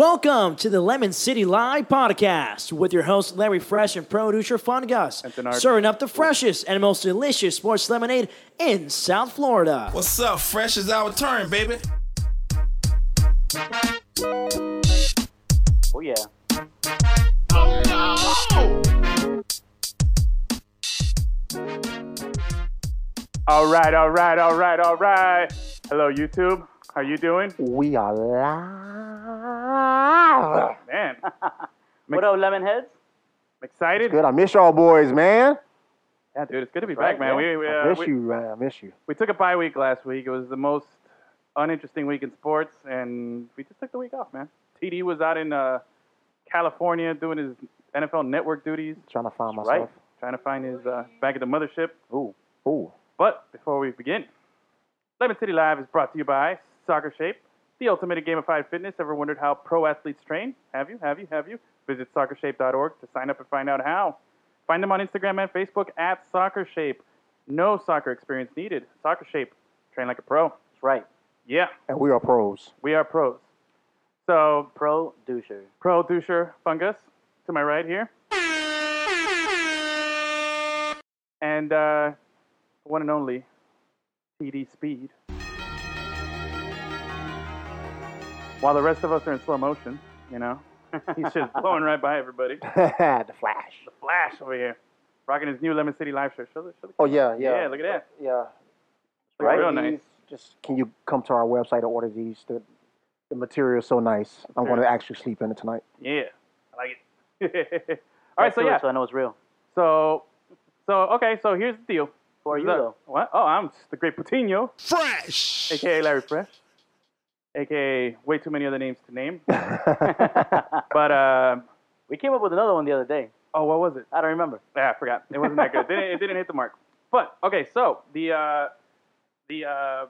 Welcome to the Lemon City Live podcast with your host Larry Fresh and producer Fun Gus, Denard. serving up the freshest and most delicious sports lemonade in South Florida. What's up? Fresh is our turn, baby. Oh yeah. All right, all right, all right, all right. Hello, YouTube. How you doing? We are live. Man, What up, Lemonheads? I'm excited. Good. I miss y'all boys, man. Yeah, dude, it's good to be back, man. We we, I uh, miss we, you, man. I miss you. we took a bye week last week. It was the most uninteresting week in sports, and we just took the week off, man. TD was out in uh, California doing his NFL network duties, Trying to find right? myself. Trying to find his uh, back at the mothership. Ooh, ooh. But before we begin, Lemon City Live is brought to you by Soccer Shape, the ultimate in gamified fitness. Ever wondered how pro athletes train? Have you? Have you? Have you? Visit soccershape.org to sign up and find out how. Find them on Instagram and Facebook at Soccer Shape. No soccer experience needed. Soccer Shape, train like a pro. That's right. Yeah, And we are pros. we are pros. So, Pro doucher. pro doucher fungus to my right here. And uh, one and only TD Speed. While the rest of us are in slow motion, you know, he's just blowing right by everybody. the flash. Flash over here, rocking his new Lemon City Live shirt. Show the, show the, Oh yeah, yeah. yeah, look at that. Yeah. Right. Real These- nice. Just can you come to our website and order these? The, the material's so nice. I'm going to actually sleep in it tonight. Yeah, I like it. All right, so yeah, So I know it's real. so so okay, so here's the deal. For you, What's though. up? What? Oh, I'm the Great Patino. Fresh. aka Larry Fresh, aka way too many other names to name. but uh, We came up with another one the other day. oh, what was it? I don't remember. Yeah, I forgot. It wasn't that good. It didn't, it didn't hit the mark. But okay, so the uh, the uh,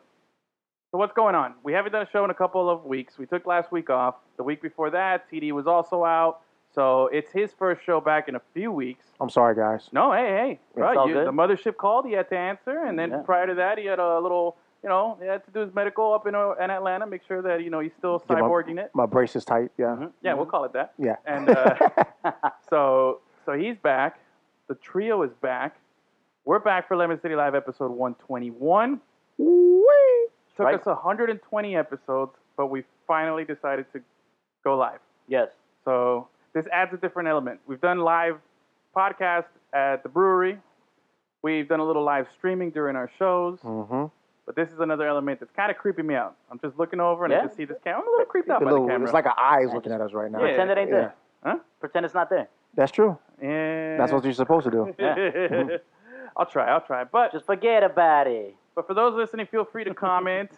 so what's going on? We haven't done a show in a couple of weeks. We took last week off. The week before that, TD was also out. So it's his first show back in a few weeks. I'm sorry, guys. No, hey, hey, bro, all you- good. the mothership called. He had to answer, and then Yeah. prior to that, he had a little, you know, he had to do his medical up in, uh, in Atlanta, make sure that you know he's still Yeah, my- cyborging it. My brace is tight. Yeah. Mm-hmm. Yeah, we'll call it that. Yeah. Mm-hmm. And uh, so, so he's back. The trio is back. We're back for Lemon City Live episode 121. Took Right. us 120 episodes, but we finally decided to go live. Yes. So this adds a different element. We've done live podcast at the brewery. We've done a little live streaming during our shows, mm-hmm. but this is another element that's kind of creeping me out. I'm just looking over and I Yeah? just see this camera. I'm a little creeped out The by little, the camera. it's like our eyes looking at us right now. Yeah. Pretend it ain't there. Huh? Pretend it's not there. That's true. yeah. That's what you're supposed to do. I'll try. I'll try. But Just forget about it. but for those listening, feel free to comment.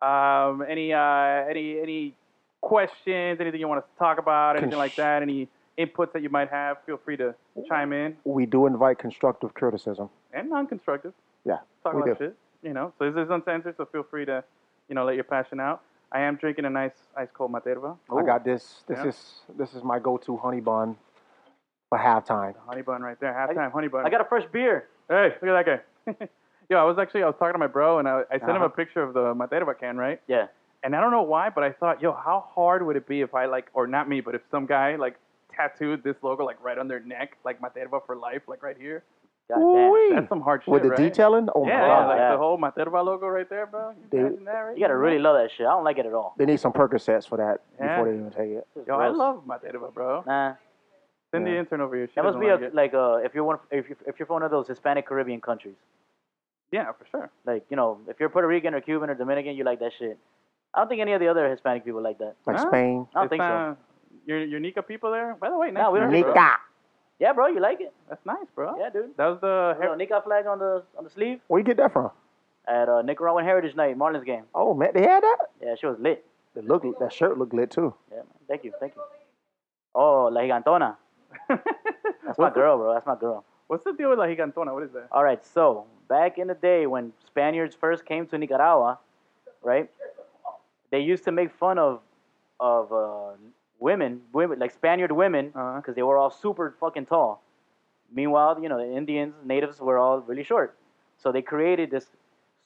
um, any uh, any any questions? Anything you want us to talk about? Anything like that? Any inputs that you might have? Feel free to chime in We do invite constructive criticism. and non-constructive. Yeah. Talk we about do. shit. You know. So this is uncensored. So feel free to you know let your passion out. I am drinking a nice ice cold Materva. I got this. This Yeah. is this is my go-to honey bun for halftime. honey bun right there. Halftime honey bun. I got a fresh beer. Hey, look at that guy. Yo, I was actually I was talking to my bro and I, I sent him Uh-huh. a picture of the Materva can, right? Yeah. And I don't know why, but I thought, yo, how hard would it be if I like, or not me, but if some guy like tattooed this logo like right on their neck, like Materva for life, like right here. God Ooh-wee. That's some hard shit, Hmm. With the right? detailing, oh Yeah, my yeah, god, like yeah. the whole Materva logo right there, bro. You Dude. imagine that right You gotta there? really love that shit. I don't like it at all. they need some Percocets for that Yeah. before they even take it. Yo, I Gross. love Materva, bro. Nah. Send the Yeah. intern over here. She That must doesn't be a, like it. like uh, if you're one if you if you're from one of those Hispanic Caribbean countries. yeah, for sure. Like you know, if you're Puerto Rican or Cuban or Dominican, you like that shit. I don't think any of the other Hispanic people like that. Like Huh? Spain, I don't think so. uh, Your your Nika people there. By the way, No, we nice don't- shirt, bro. Nika. Yeah, bro, you like it? That's nice, bro. Yeah, dude. That was the hair. Little Nika flag on the on the sleeve Where you get that from? at uh, Nicaraguan Heritage Night, Marlins game. Oh man, they had that. Yeah, she was lit. It looked that shirt looked lit too. Yeah, man. Thank you, thank you. Oh, La Gigantona. That's my girl, bro. That's my girl. What's the deal with La Gigantona? What is that? All right, so back in the day when Spaniards first came to Nicaragua, right? They used to make fun of of uh, women, women like Spaniard women, Uh-huh. because they were all super fucking tall. Meanwhile, you know the Indians, natives were all really short. So they created this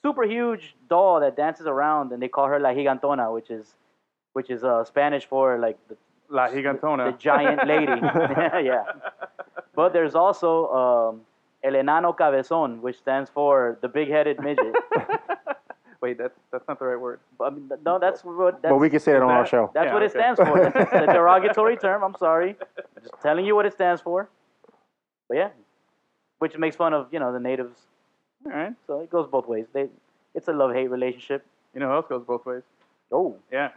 super huge doll that dances around, and they call her La Gigantona, which is which is uh, Spanish for like the, La Gigantona. the giant lady. yeah. But there's also um, El Enano Cabezón, which stands for the big-headed midget. Wait, that's that's not the right word. But, I mean, th- no, that's what. That's, But we can say that on our that- show. That's Yeah, what it okay. stands for. That's the derogatory term. I'm sorry. Just telling you what it stands for. But yeah, which makes fun of you know the natives. All right. So it goes both ways. They, it's a love hate relationship. You know who else goes both ways? Oh, Yeah,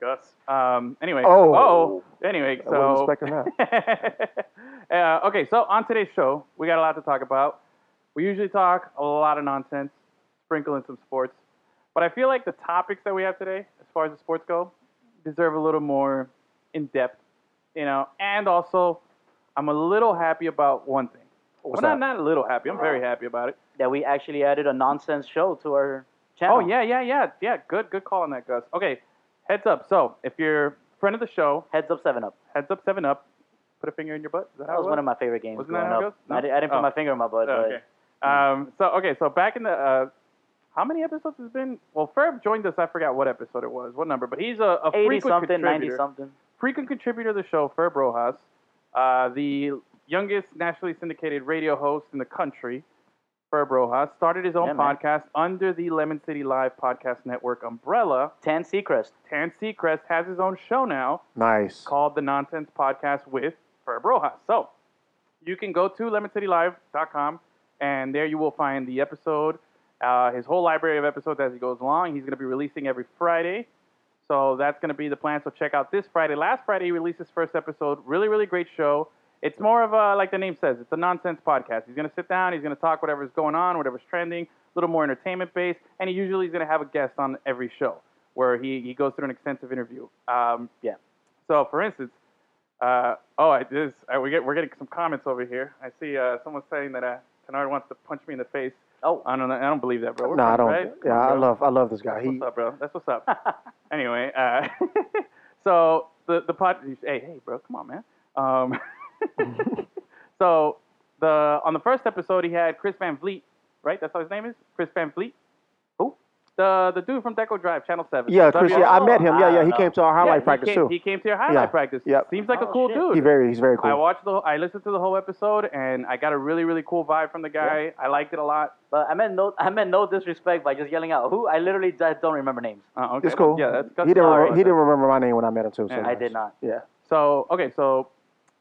Gus. Um, anyway. Oh. Oh. Anyway, I wasn't so. expecting that. uh, okay, so on today's show, we got a lot to talk about. We usually talk a lot of nonsense, sprinkle in some sports, but I feel like the topics that we have today, as far as the sports go, deserve a little more in depth, you know. And also, I'm a little happy about one thing. What's well, that? not not a little happy. I'm very happy about it. that we actually added a nonsense show to our channel. Oh yeah, yeah, yeah, yeah. Good, good call on that, Gus. Okay, heads up. So if you're a friend of the show, Heads up, Seven Up. heads up, seven up, put a finger in your butt. Is that, how That it was one of my favorite games Oh, Wasn't that growing how it up. goes? No? I, di- I didn't Oh. put my finger in my butt, Oh, but okay. Um, so okay, so back in the uh, how many episodes has it been? Well, Ferb joined us. I forgot what episode it was, what number, but he's a, a eighty frequent something, ninety contributor. something. frequent contributor to the show, Ferb Rojas, uh, the youngest nationally syndicated radio host in the country. Ferb Rojas started his own Yeah, man. podcast under the Lemon City Live Podcast Network umbrella. Tan Seacrest. Terrence Seacrest has his own show now Nice. called the Nonsense Podcast with Ferb Rojas. So you can go to lemoncitylive.com and there you will find the episode, uh, his whole library of episodes as he goes along. He's going to be releasing every Friday. So that's going to be the plan. So check out this Friday. Last Friday, he released his first episode. Really, really great show. It's more of a, like the name says, it's a nonsense podcast. He's going to sit down, he's going to talk whatever's going on, whatever's trending, a little more entertainment based, and he usually is going to have a guest on every show where he, he goes through an extensive interview. Um, Yeah. So, for instance, uh, oh, I, this, I, we get, we're getting some comments over here. I see uh, someone saying that uh, Tenard wants to punch me in the face. Oh, I don't, know- I don't believe that, bro. We're No, I friends, don't. right? Come Yeah, on, I bro. love I love this guy. That's He what's up, bro. That's what's up. anyway, uh, so the the pod. Hey, hey, bro, come on, man. Um, so the on the first episode he had Chris Van Vliet, right? That's how his name is, Chris Van Vliet. Who? The the dude from Deco Drive, Channel Seven. yeah, Chris. Yeah, I met him. Yeah, yeah. He Oh, came to our Yeah, highlight he practice came- too. He came to your highlight Yeah. practice. Yep. Seems like a Oh, cool shit. dude. He very he's very I cool. watched the whole- I listened to the whole episode and I got a really really cool vibe from the guy. I liked it a lot. but I meant no, I meant no disrespect by just yelling out. Who? I literally just don't remember names. Uh, okay. It's cool. Yeah, that's he didn't all right. re- he didn't remember my name when I met him too. So Yeah, I did not. Yeah. So okay, so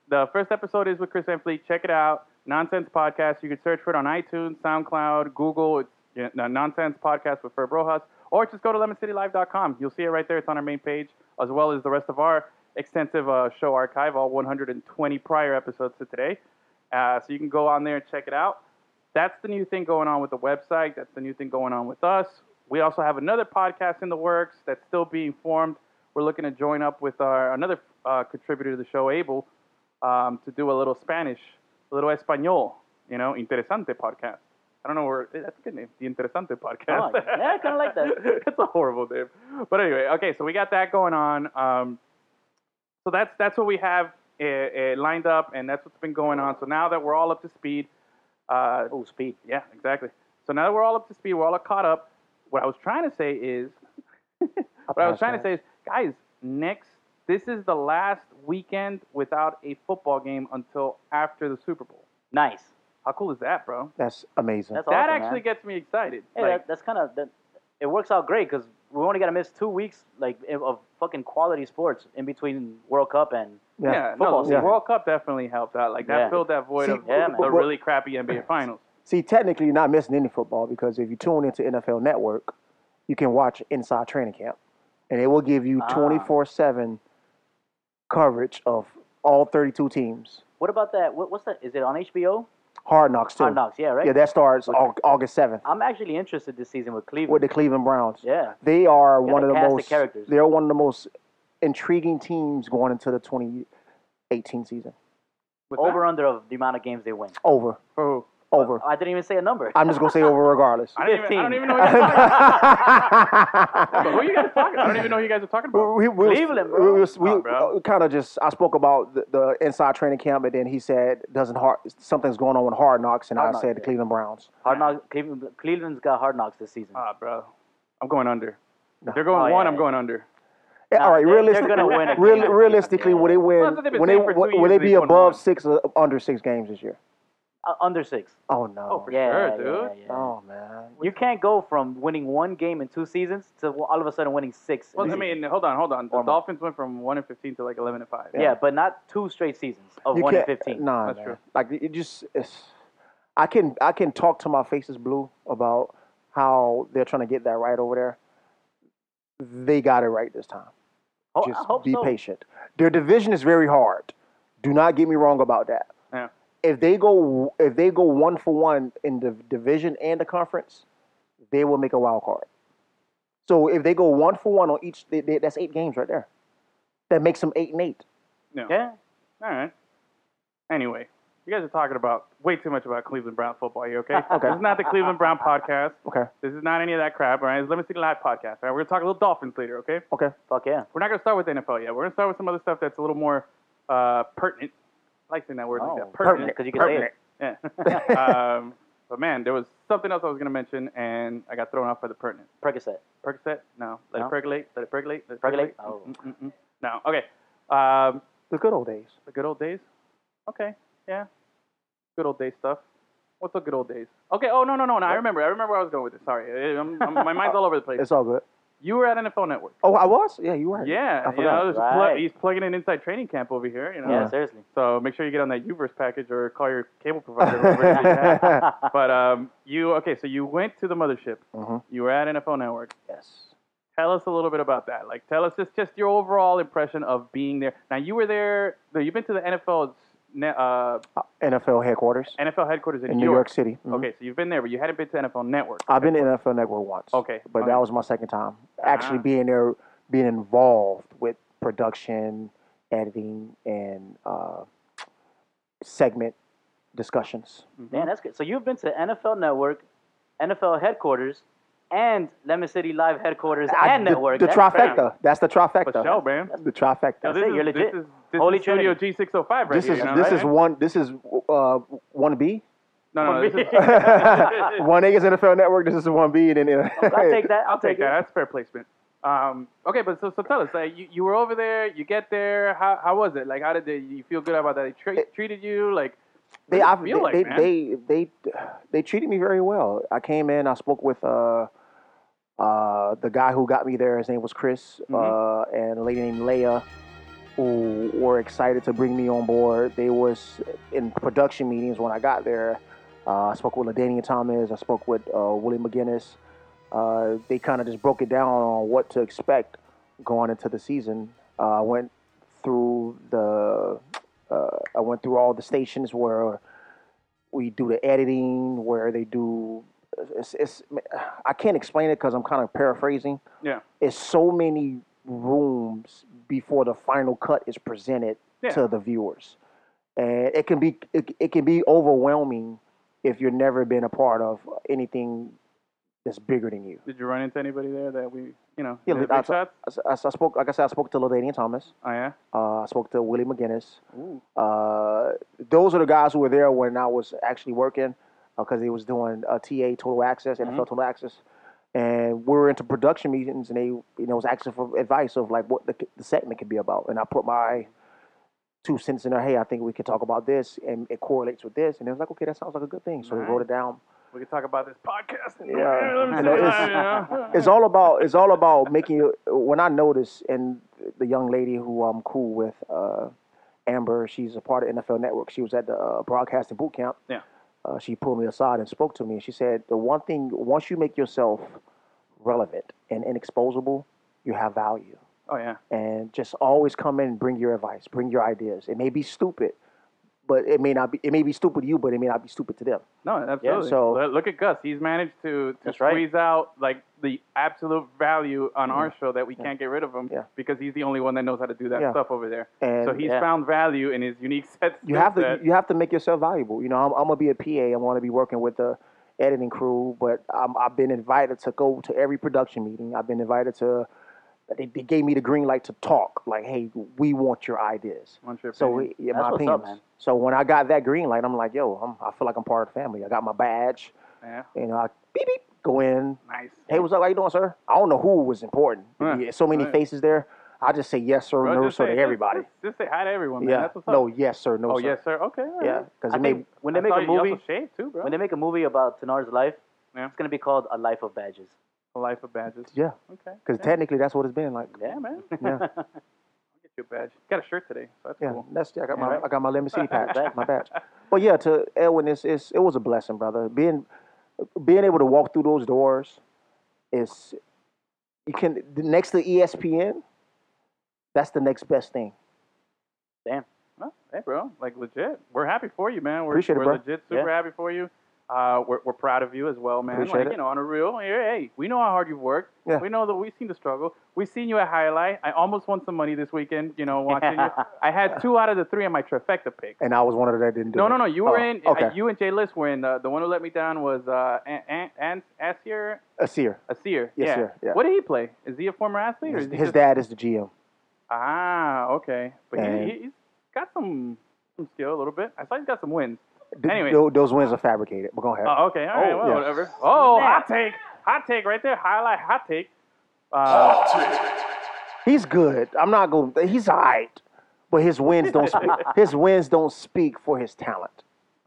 the first episode is with Chris Van Fleet. Check it out, Nonsense Podcast. You can search for it on iTunes, SoundCloud, Google. It's yeah, no, Nonsense Podcast with Ferb Rojas, or just go to lemoncitylive.com. You'll see it right there. It's on our main page, as well as the rest of our extensive uh, show archive, all 120 prior episodes to today. Uh, so you can go on there and check it out. That's the new thing going on with the website. That's the new thing going on with us. We also have another podcast in the works that's still being formed. We're looking to join up with our another uh, contributor to the show, Abel, um, to do a little Spanish, a little Espanol, you know, Interesante podcast. I don't know where eh, that's a good name, the Interesante podcast. Oh, yeah, I kinda like that. it's a horrible name, but anyway, okay. So we got that going on. Um, so that's that's what we have uh, uh, lined up, and that's what's been going on. So now that we're all up to speed, uh, Oh, speed. yeah, exactly. So now that we're all up to speed, we're all caught up. What I was trying to say is, what I was trying to say is, guys, next, this is the last weekend without a football game until after the Super Bowl. Nice. How cool is that, bro? That's amazing. That's that awesome, actually man. gets me excited. Hey, Like, that, that's kind of that. It works out great because we only got to miss two weeks like of- of fucking quality sports in between World Cup and yeah, no, football the season. World Cup definitely helped out. Like that Yeah. filled that void See, of yeah, the man. really crappy NBA Finals. See, technically, you're not missing any football because if you tune into NFL Network, you can watch Inside Training Camp, and it will give you Ah. 24 seven coverage of all 32 teams. what about that? What, what's that? Is it on HBO? Hard Knocks too. Hard Knocks, yeah, right. Yeah, that starts Au- August 7th I'm actually interested this season with Cleveland. with the Cleveland Browns. yeah, They are one they of the cast the most. characters. they're one of the most intriguing teams going into the 2018 season. What's that? over under of the amount of games they win. Over, Oh, over. I didn't even say a number. I'm just gonna say over regardless. I don't, even, I don't 15. even know what you guys are talking about. Who you guys talking? I don't even know who you guys are talking about. we, we, Cleveland, we- bro. we- Come on, we- bro. uh, kind of just I spoke about the, the inside training camp, and then he said doesn't hard something's going on with Hard Knocks, and Hard I Knocks, said the yeah. Cleveland Browns. Hard Knocks. Cleveland, Uh, Cleveland's got Hard Knocks this season. Ah, bro. I'm going under. If they're going Oh, one, yeah, I'm yeah. going under. all right, they- they're realistically, gonna win a game real- this season, realistically, yeah. will they win? Well, that's what they've been Will they, saying for two will years, they they've be won one. above six or under six games this year? Uh, under six. Oh no! Oh, for Yeah, sure, yeah, dude. yeah. Oh, man! You can't go from winning one game in two seasons to all of a sudden winning six. in Well, I a season. mean, hold on, hold on. The Or more. Dolphins went from one and fifteen to like eleven and five. yeah. but not two straight seasons of You one and can't- fifteen. Nah, That's man. true. Like it just, it's, I can I can talk to my face is blue about how they're trying to get that right over there. They got it right this time. Ho- Oh, I Just hope be so. patient. Their division is very hard. Do not get me wrong about that. Yeah. If they go if they go one for one in the division and the conference, they will make a wild card. So if they go one for one on each, they, they, that's eight games right there. That makes them eight and eight. No. Yeah, All right. Anyway, you guys are talking about way too much about Cleveland Brown football. You okay? Okay. This is not the Cleveland Brown podcast. Okay. This is not any of that crap. All right. It's Lemon City Live podcast. All right. We're gonna talk a little Dolphins later. Okay. Okay. fuck yeah. We're not gonna start with NFL yet. We're gonna start with some other stuff that's a little more uh, pertinent. I like saying that word like that. Pertinent. because Oh, you can say it. Yeah. um, but man, there was something else I was gonna mention, and I got thrown off by the pertinent. Percocet. Percocet? No. Let No? it percolate. Let it percolate. Let it Percolate? percolate. Oh. Mm-mm-mm. No. Okay. Um, The good old days. the good old days. Okay. Yeah. Good old day stuff. What's the good old days? Okay. Oh no no no no. I remember. I remember where I was going with this. Sorry. I'm, I'm, my mind's all over the place. It's all good. You were at NFL Network. Oh, I was? Yeah, you were. Yeah. I You know, forgot. just plug- Right. he's plugging an inside training camp over here. You know. Yeah, seriously. So make sure you get on that Uverse package or call your cable provider. whatever it is you have. but um, you okay? So you went to the mothership. Mhm. You were at NFL Network. Yes. Tell us a little bit about that. Like, tell us just, just your overall impression of being there. Now, you were there. No, you've been to the NFL 's ne- uh, NFL headquarters NFL headquarters in, in New York City. Mhm. Okay, so you've been there, but you hadn't been to NFL Network. I've been to NFL Network once. Okay, But okay. that was my second time actually Ah. being there, being involved with production, editing, and uh, segment discussions. Mm-hmm. Man, that's good. So you've been to NFL Network, NFL headquarters, and Lemon City Live headquarters I- and the, network. The That's trifecta. crazy. That's the trifecta. But show, man. The trifecta. Now, That's this it, is- you're legit. This is, this Holy is Studio Trinity. G605 right this here. is you know, this right? is one this is uh one B. No, no, this is, One A is NFL Network. This is one B, and then uh, I'll take that. I'll, I'll take that. That's fair placement. Um, okay, but so, so tell us, like, you, you were over there, you get there, how, how was it? Like, how did they, you feel good about that? They tra- treated you? Like, they, What I, does it feel they, like, they, man? they they they treated me very well. I came in, I spoke with uh uh the guy who got me there. His name was Chris, Mm-hmm. uh, and a lady named Leia, who were excited to bring me on board. They was in production meetings when I got there. Uh, I spoke with Ladania Thomas. I spoke with uh, Willie McGinnis. Uh, they kind of just broke it down on what to expect going into the season. Uh, I went through the uh, I went through all the stations where we do the editing, where they do. It's, it's I can't explain it because I'm kind of paraphrasing. Yeah. It's so many rooms before the final cut is presented Yeah. to the viewers, and it can be it, it can be overwhelming if you've never been a part of anything that's bigger than you. did you run into anybody there that we, you know, Yeah, the big I- shots? I, s- I s- I spoke, like I said, I spoke to Ladainian Thomas. Oh, yeah? Uh, I spoke to Willie McGinnis. Ooh. Uh, those are the guys who were there when I was actually working because they was doing uh, TA Total Access, Mm-hmm. NFL Total Access, and we were into production meetings, and they you know was asking for advice of like what the, the segment could be about, and I put my two cents in there. Hey, I think we could talk about this, and it correlates with this, and they was like, okay, that sounds like a good thing, so they wrote it down. We could talk about this podcast. Yeah. Let me You know, see, it's- you know? it's all about it's all about making you when i noticed and the young lady who i'm cool with uh, amber she's a part of nfl network she was at the uh, broadcasting boot camp Yeah. uh, she pulled me aside and spoke to me and she said the one thing once you make yourself relevant and inexposable you have value Oh, yeah. and just always come in and bring your advice bring your ideas it may be stupid but it may not be it may be stupid to you but it may not be stupid to them No, absolutely. so- Look- look at Gus. He's managed to, to That's right. squeeze out like the absolute value on our show that we can't get rid of him Mm-hmm. Yeah. because he's the only one that knows how to do that Yeah. stuff over there. and so he's yeah. found value in his unique set. you have to set. you have to make yourself valuable. You know, I'm, I'm gonna be a PA. I'm gonna be working with the editing crew, but I'm, I've been invited to go to every production meeting. I've been invited to. They, they gave me the green light to talk. Like, hey, we want your ideas. Want your so, opinion. it- yeah, That's my what's opinions. up, man. So when I got that green light, I'm like, yo, I'm, I feel like I'm part of the family. I got my badge. Yeah. You know, I beep beep go in. Nice. Hey, what's up? How you doing, sir? I don't know who was important. Huh. Yeah, so many Right. faces there. I just say yes sir, Bro, no just sir say- to everybody. Just, just say hi to everyone, man. yeah. That's what's up. No, yes sir, no oh, sir. yes, sir. Okay. all right. Yeah, because I may think when they Uh-huh. I make saw a you also movie, shaved too, bro. when they make a movie about Tanar's life, Yeah. it's gonna be called A Life of Badges. A life of badges. yeah, Okay. because yeah. technically that's what it's been like. yeah, man. I'll Yeah. get you a badge. Got a shirt today, so that's Yeah, cool. that's I got my Alright. I got my Lemon City patch, Right. my badge. But yeah, to Elwin, it's, it's it was a blessing, brother. Being being able to walk through those doors is you can next to E ESPN. That's the next best thing. Well, hey, bro. Like legit. We're happy for you, man. We're, Appreciate it, we're bro. legit super happy for you. Uh, we're, we're proud of you as well, man. Appreciate like, it. you know, on a real, hey, hey, we know how hard you've worked. Yeah. We know that we've seen the struggle. We've seen you at highlight. I almost won some money this weekend, you know, watching you. I had two out of the three on my trifecta pick. And I was one of that didn't do. No, it. no, no. You were Oh, in. Okay, uh, you and Jay List were in. Uh, the one who let me down was uh, An- An- An- Asir a seer. Asir. Yes, yeah. sir, yeah. What did he play? Is he a former athlete? or His, is he his just- dad is the GM. Ah, okay. But And- he, he- he's got some, some skill a little bit. I saw he's got some wins. Th- Anyway. tho- those wins are fabricated. But go ahead. Oh, okay. All right. Oh, well, yeah. whatever. Oh, Yeah. hot take. Hot take right there. Highlight hot take. Uh, He's good. I'm not going. to He's alright, but his wins don't. speak, his wins don't speak for his talent.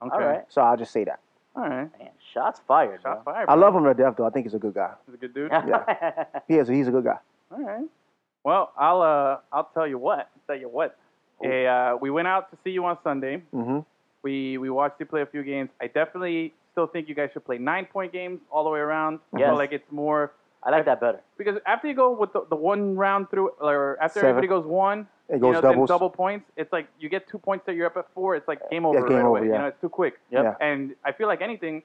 okay. All right, So I'll just say that. All right. man, shots fired. Shots bro. fired. I love him to death, though. I think he's a good guy. He's a good dude. He is. He's a good guy. All right. Well, I'll uh, I'll tell you what. Tell you what. Hey, uh, we went out to see you on Sunday. Mhm. We we watched you play a few games. I definitely still think you guys should play nine point games all the way around. I feel Yes. like it's more I like that better. because after you go with the, the one round through, or after Seven. everybody goes one, It you goes know, then doubles. double points. It's like you get two points that you're up at four. It's like game over game right over, away. You yeah. know, it's too quick. Yep. Yeah. And I feel like anything,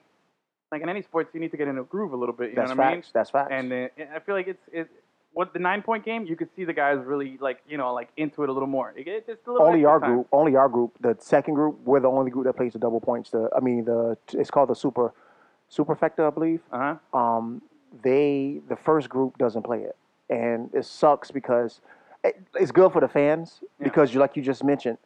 like in any sports, you need to get in a groove a little bit. You That's know what facts. I mean? That's facts. And then and I feel like it's it. What the nine point game? You could see the guys really like you know like into it a little more. It, it's just a little only extra our time. group, only our group, the second group, we're the only group that plays the double points. The I mean, the it's called the super, superfecta, I believe. Uh huh. Um, they the first group doesn't play it, and it sucks because it, it's good for the fans because you like you just mentioned,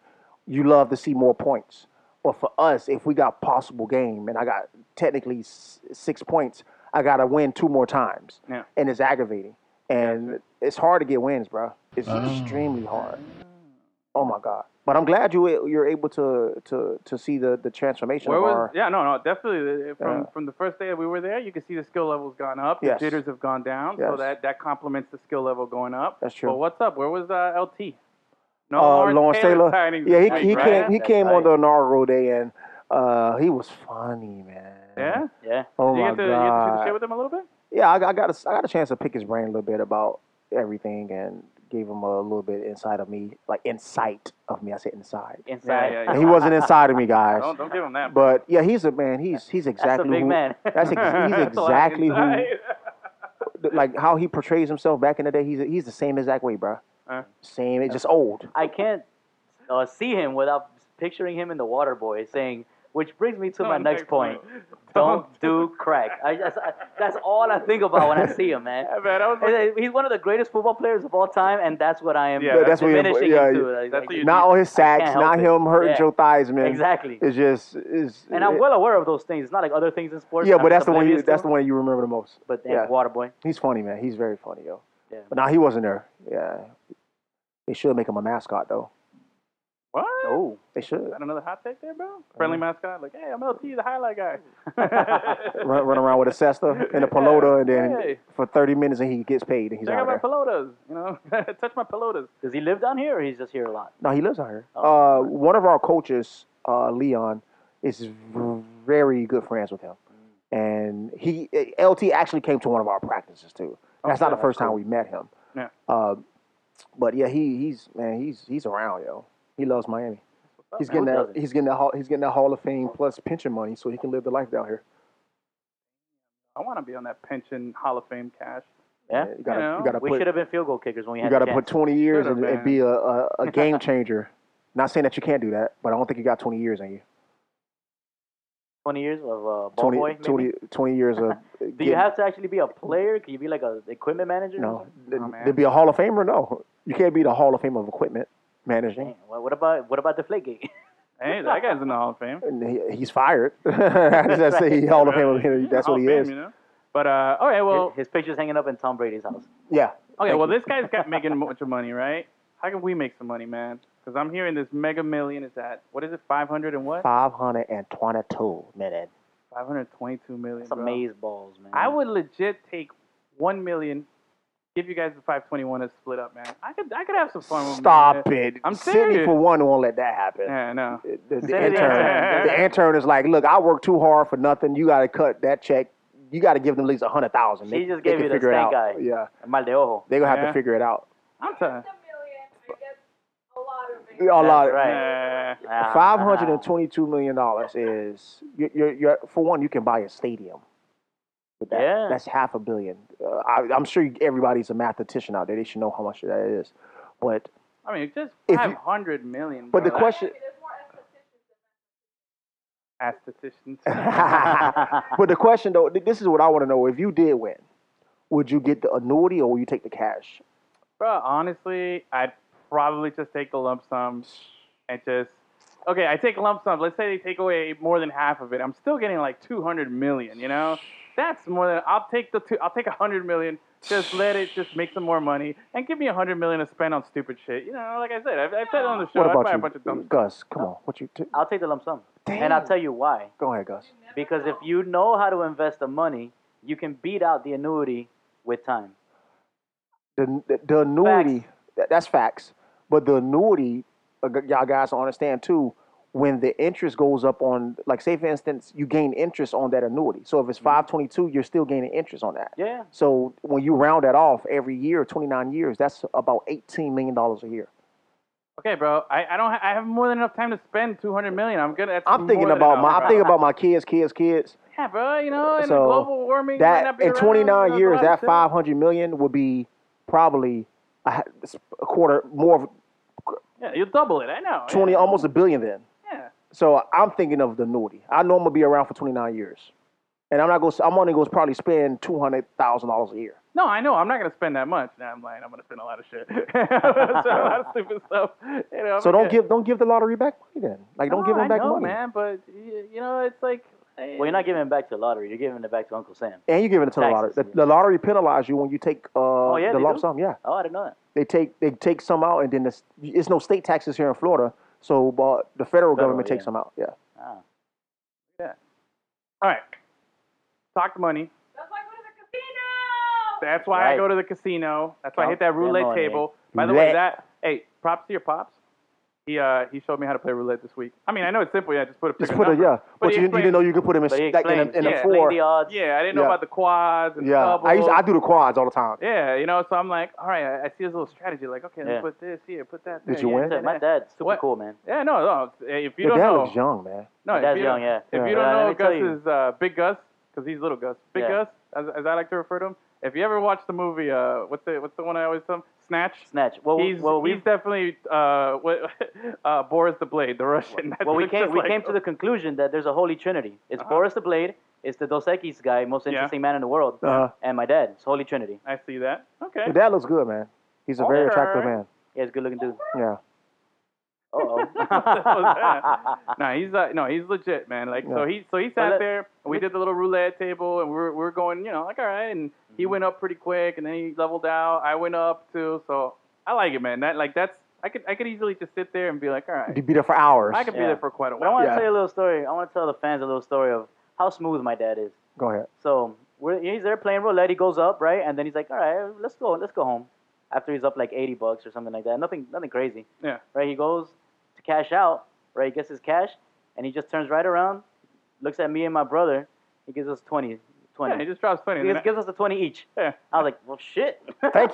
you love to see more points. But for us, if we got possible game and I got technically s- six points, I gotta win two more times, Yeah. and it's aggravating. And it's hard to get wins, bro. It's extremely hard. Oh my god! But I'm glad you you're able to to to see the the transformation Where of was? our. Yeah, no, no, definitely. uh, From Yeah. from the first day that we were there, you can see the skill level's gone up. Yes. The jitters have gone down, so Yes. that that complements the skill level going up. That's true. But what's up? Where was uh, LT? No, Uh, Lawrence Taylor. signing Yeah, this he, week, he right? came he That's came on right. the inaugural day and uh, he was funny, man. Yeah. Yeah. Oh Did you my get to, you get to shoot the god. shit with him a little bit? yeah, I, got- I got a, I got a chance to pick his brain a little bit about everything and gave him a little bit inside of me, like insight of me. I said inside. Inside. Yeah, yeah, And he wasn't inside of me, guys. Don't don't give him that. But yeah, he's a man. He's he's exactly big who, man. That's ex- he's That's a lot exactly who inside. th- like how he portrays himself back in the day. He's he's the same exact way, bro. Uh. Same, it's just old. I can't uh, see him without picturing him in the water boy saying, which brings me to my Don't next take point. Oh, one. Don't do crack. I just I, that's all I think about when I see him, man. Yeah, man, I was like, And, uh, He's one of the greatest football players of all time, and that's what I am. Yeah, that's what you- diminishing yeah, him to. yeah. Like, That's what like, you- Not all his sacks, help not it. him hurting Yeah. your thighs, man. exactly. It's just it's. And I'm it- well aware of those things. It's not like other things in sports. Yeah, that I'm but that's just the one. You, oblivious to. that's the one you remember the most. But damn, yeah. Waterboy. He's funny, man. He's very funny, yo. Yeah. But now he wasn't there. Yeah. They should make him a mascot, though. what? Oh, They should Got another hot take there, bro? Friendly mascot? Like, hey, I'm LT, the highlight guy. run, run around with a Cesta and a Pelota, and then Hey. for 30 minutes, and he gets paid, and he's Check out out my there. pelotas, you know? Touch my pelotas. does he live down here, or he's just here a lot? No, he lives out here. Oh. Uh, one of our coaches, uh, Leon, is very good friends with him, Mm. and he LT actually came to one of our practices too. That's not the first time we met him. Yeah. Uh, but yeah, he he's man, he's he's around yo. He loves Miami. He's getting Who that doesn't? he's getting that hall, he's getting that Hall of Fame plus pension money, so he can live the life down here. I want to be on that pension Hall of Fame cash. Yeah. You gotta Yeah. you gotta We put should have been field goal kickers when we you had. gotta the put chance. 20 years Should've and, and be a, a, a game changer. Not saying that you can't do that, but I don't think you got 20 years in you. 20 years of uh, ball 20, boy. maybe? 20, 20 years of. Do you have to actually be a player? Can you be like a equipment manager? or No. something? Th- Oh, man. to be a Hall of Famer? No. You can't be the Hall of Fame of equipment Dang, Mm. managing. what what about what about the flake gate? Hey, that guy's in the Hall of Fame. And he, he's fired. that's he Hall of Fame. That's Hall what of he Fame, is. You know? But, uh, all right, well, his, his picture's hanging up in Tom Brady's house. Yeah. Okay, Thank well, this guy's got making a bunch of money, right? How can we make some money, man? Because I'm hearing this mega million is at, what is it, 500 and what? 522 minutes. 522 million. That's bro. amaze balls, man. I would legit take 1 million, give you guys the 521 to split up, man. I could I could have some fun with Stop man. it. I'm Sydney, serious. for one, won't let that happen. Yeah, no. The, the Sydney- intern, the intern is like, look, I work too hard for nothing. You got to cut that check. You got to give them at least a hundred thousand. She just gave you the stank eye. Yeah, Mal de ojo. they're gonna have Yeah. to figure it out. I'm telling a million, I guess a lot of A it. lot. right. uh, Ah. Five hundred and twenty-two million dollars is you you're, you're, for one. You can buy a stadium. With that. Yeah. that's half a billion. Uh, I, I'm sure everybody's a mathematician out there. They should know how much that is. But I mean, just If you- five hundred million. but the bro. question, There's more estheticians than Ask statisticians. but the question though, th- this is what I want to know: if you did win, would you get the annuity or will you take the cash? Bro, honestly, I'd probably just take the lump sum and just okay. I take lump sum. Let's say they take away more than half of it. I'm still getting like two hundred million. You know, that's more than I'll take the two. I'll take a hundred million. Just let it just make some more money and give me a hundred million to spend on stupid shit. You know, like I said, I've, I've said it on the show. what I'd about buy you, a bunch of dumb stuff. Gus? Come on, what you? T- I'll take the lump sum. And I'll tell you why. Go ahead, Gus. Because if you know how to invest the money, you can beat out the annuity with time. The the, the annuity that, that's facts, but the annuity uh, g- y'all guys don't understand too. When the interest goes up on, like, say for instance, you gain interest on that annuity. So Mm-hmm. if it's five twenty two, you're still gaining interest on that. Yeah. So when you round that off every year, twenty nine years, that's about eighteen million dollars a year. Okay, bro. I, I don't. Ha- I have more than enough time to spend two hundred million. I'm gonna. that's I'm thinking more than about my, enough, I'm bro. thinking about my kids, kids, kids. Yeah, bro. You know, and So, global warming. might that not be in around, 29 there's a years lot of that shit. 500 million would be probably a, ha- a quarter more of Yeah, you'll double it. I know. 20 Yeah. almost a billion then yeah. so i'm thinking of the annuity i know i'm gonna be around for 29 years and i'm not gonna i'm only gonna probably spend $200000 a year No, I know. I'm not gonna spend that much. Nah, I'm lying. I'm gonna spend a lot of shit. I'm gonna spend a lot of stupid stuff. You know, I'm so gonna don't give don't give the lottery back money then like don't No, give them Oh, I back know, money man. But y- you know, it's like. Well, you're not giving it back to the lottery. You're giving it back to Uncle Sam. and you give it to the lottery Taxes, the, the yeah. lottery penalize you when you take uh, yeah, the they lump do? sum yeah Oh, I didn't know that. they take they take some out and then it's, it's no state taxes here in florida so but the federal, government yeah. takes some out yeah Ah. All right. Talk money. That's why I go to the casino. That's why I Right. go to the casino. That's why I hit that Count the roulette money. table. By the way, Roulette. that hey, props to your pops. He uh he showed me how to play roulette this week. I mean, I know it's simple. Yeah, just put a Just pick put a number. yeah, but, he you, didn't- you didn't explained- know you could put him in, But he like in a, explained. in Yeah, a like four. the odds. Yeah, I didn't know Yeah. about the quads and yeah, I used to, doubles. I do the quads all the time. Yeah, you know, so I'm like, all right, I, I see this little strategy. Like, okay, Yeah. let's put this here, put that. Did there, you yeah, win? yeah, Yeah, my yeah. dad's super What? cool, man. Yeah, no, no. If you Your don't dad know, looks young, man. no, My if dad's you young, don't- yeah. If Yeah. you don't Yeah, let know, me tell Gus you. is uh, Big Gus because he's little Gus. Big Yeah. Gus, as, as I like to refer to him. If you ever watch the movie, uh, what's the what's the one I always tell him? Snatch. Snatch. Well, we- he's well, we he's definitely uh, what, uh, Boris the Blade, the Russian. well, we It's came just we like- Uh-huh. came to the conclusion that there's a holy trinity. It's Boris the Blade, it's the Dos Equis guy, most interesting man in the world, Uh-huh. and my dad. It's holy trinity. I see that. Okay. Your dad looks good, man. He's a very Okay. attractive man. Yeah, he's a good-looking dude. Yeah, Uh-oh. What the hell was that? no, he's uh, no, he's legit, man. Like so Yeah. he so he Well, sat let- there. And we did the little roulette table, and we we're we we're going, you know, like all right. And he Mm-hmm. went up pretty quick, and then he leveled out. I went up too, so I like it, man. That like that's I could I could easily just sit there and be like, all right, he'd be there for hours. I could be Yeah. there for quite a But I while. want to Yeah. tell you a little story. I want to tell the fans a little story of how smooth my dad is. Go ahead. So we're, he's there playing roulette. He goes up, right, and then he's like, "All right, let's go, let's go home." After he's up like 80 bucks or something like that, nothing, nothing crazy. Yeah. Right, he goes to cash out. Right, he gets his cash, and he just turns right around, looks at me and my brother. He gives us 20, 20. Yeah, he just drops twenty. he and gives, then gives us the 20 each. I- yeah. I was like, "Well, shit." Thank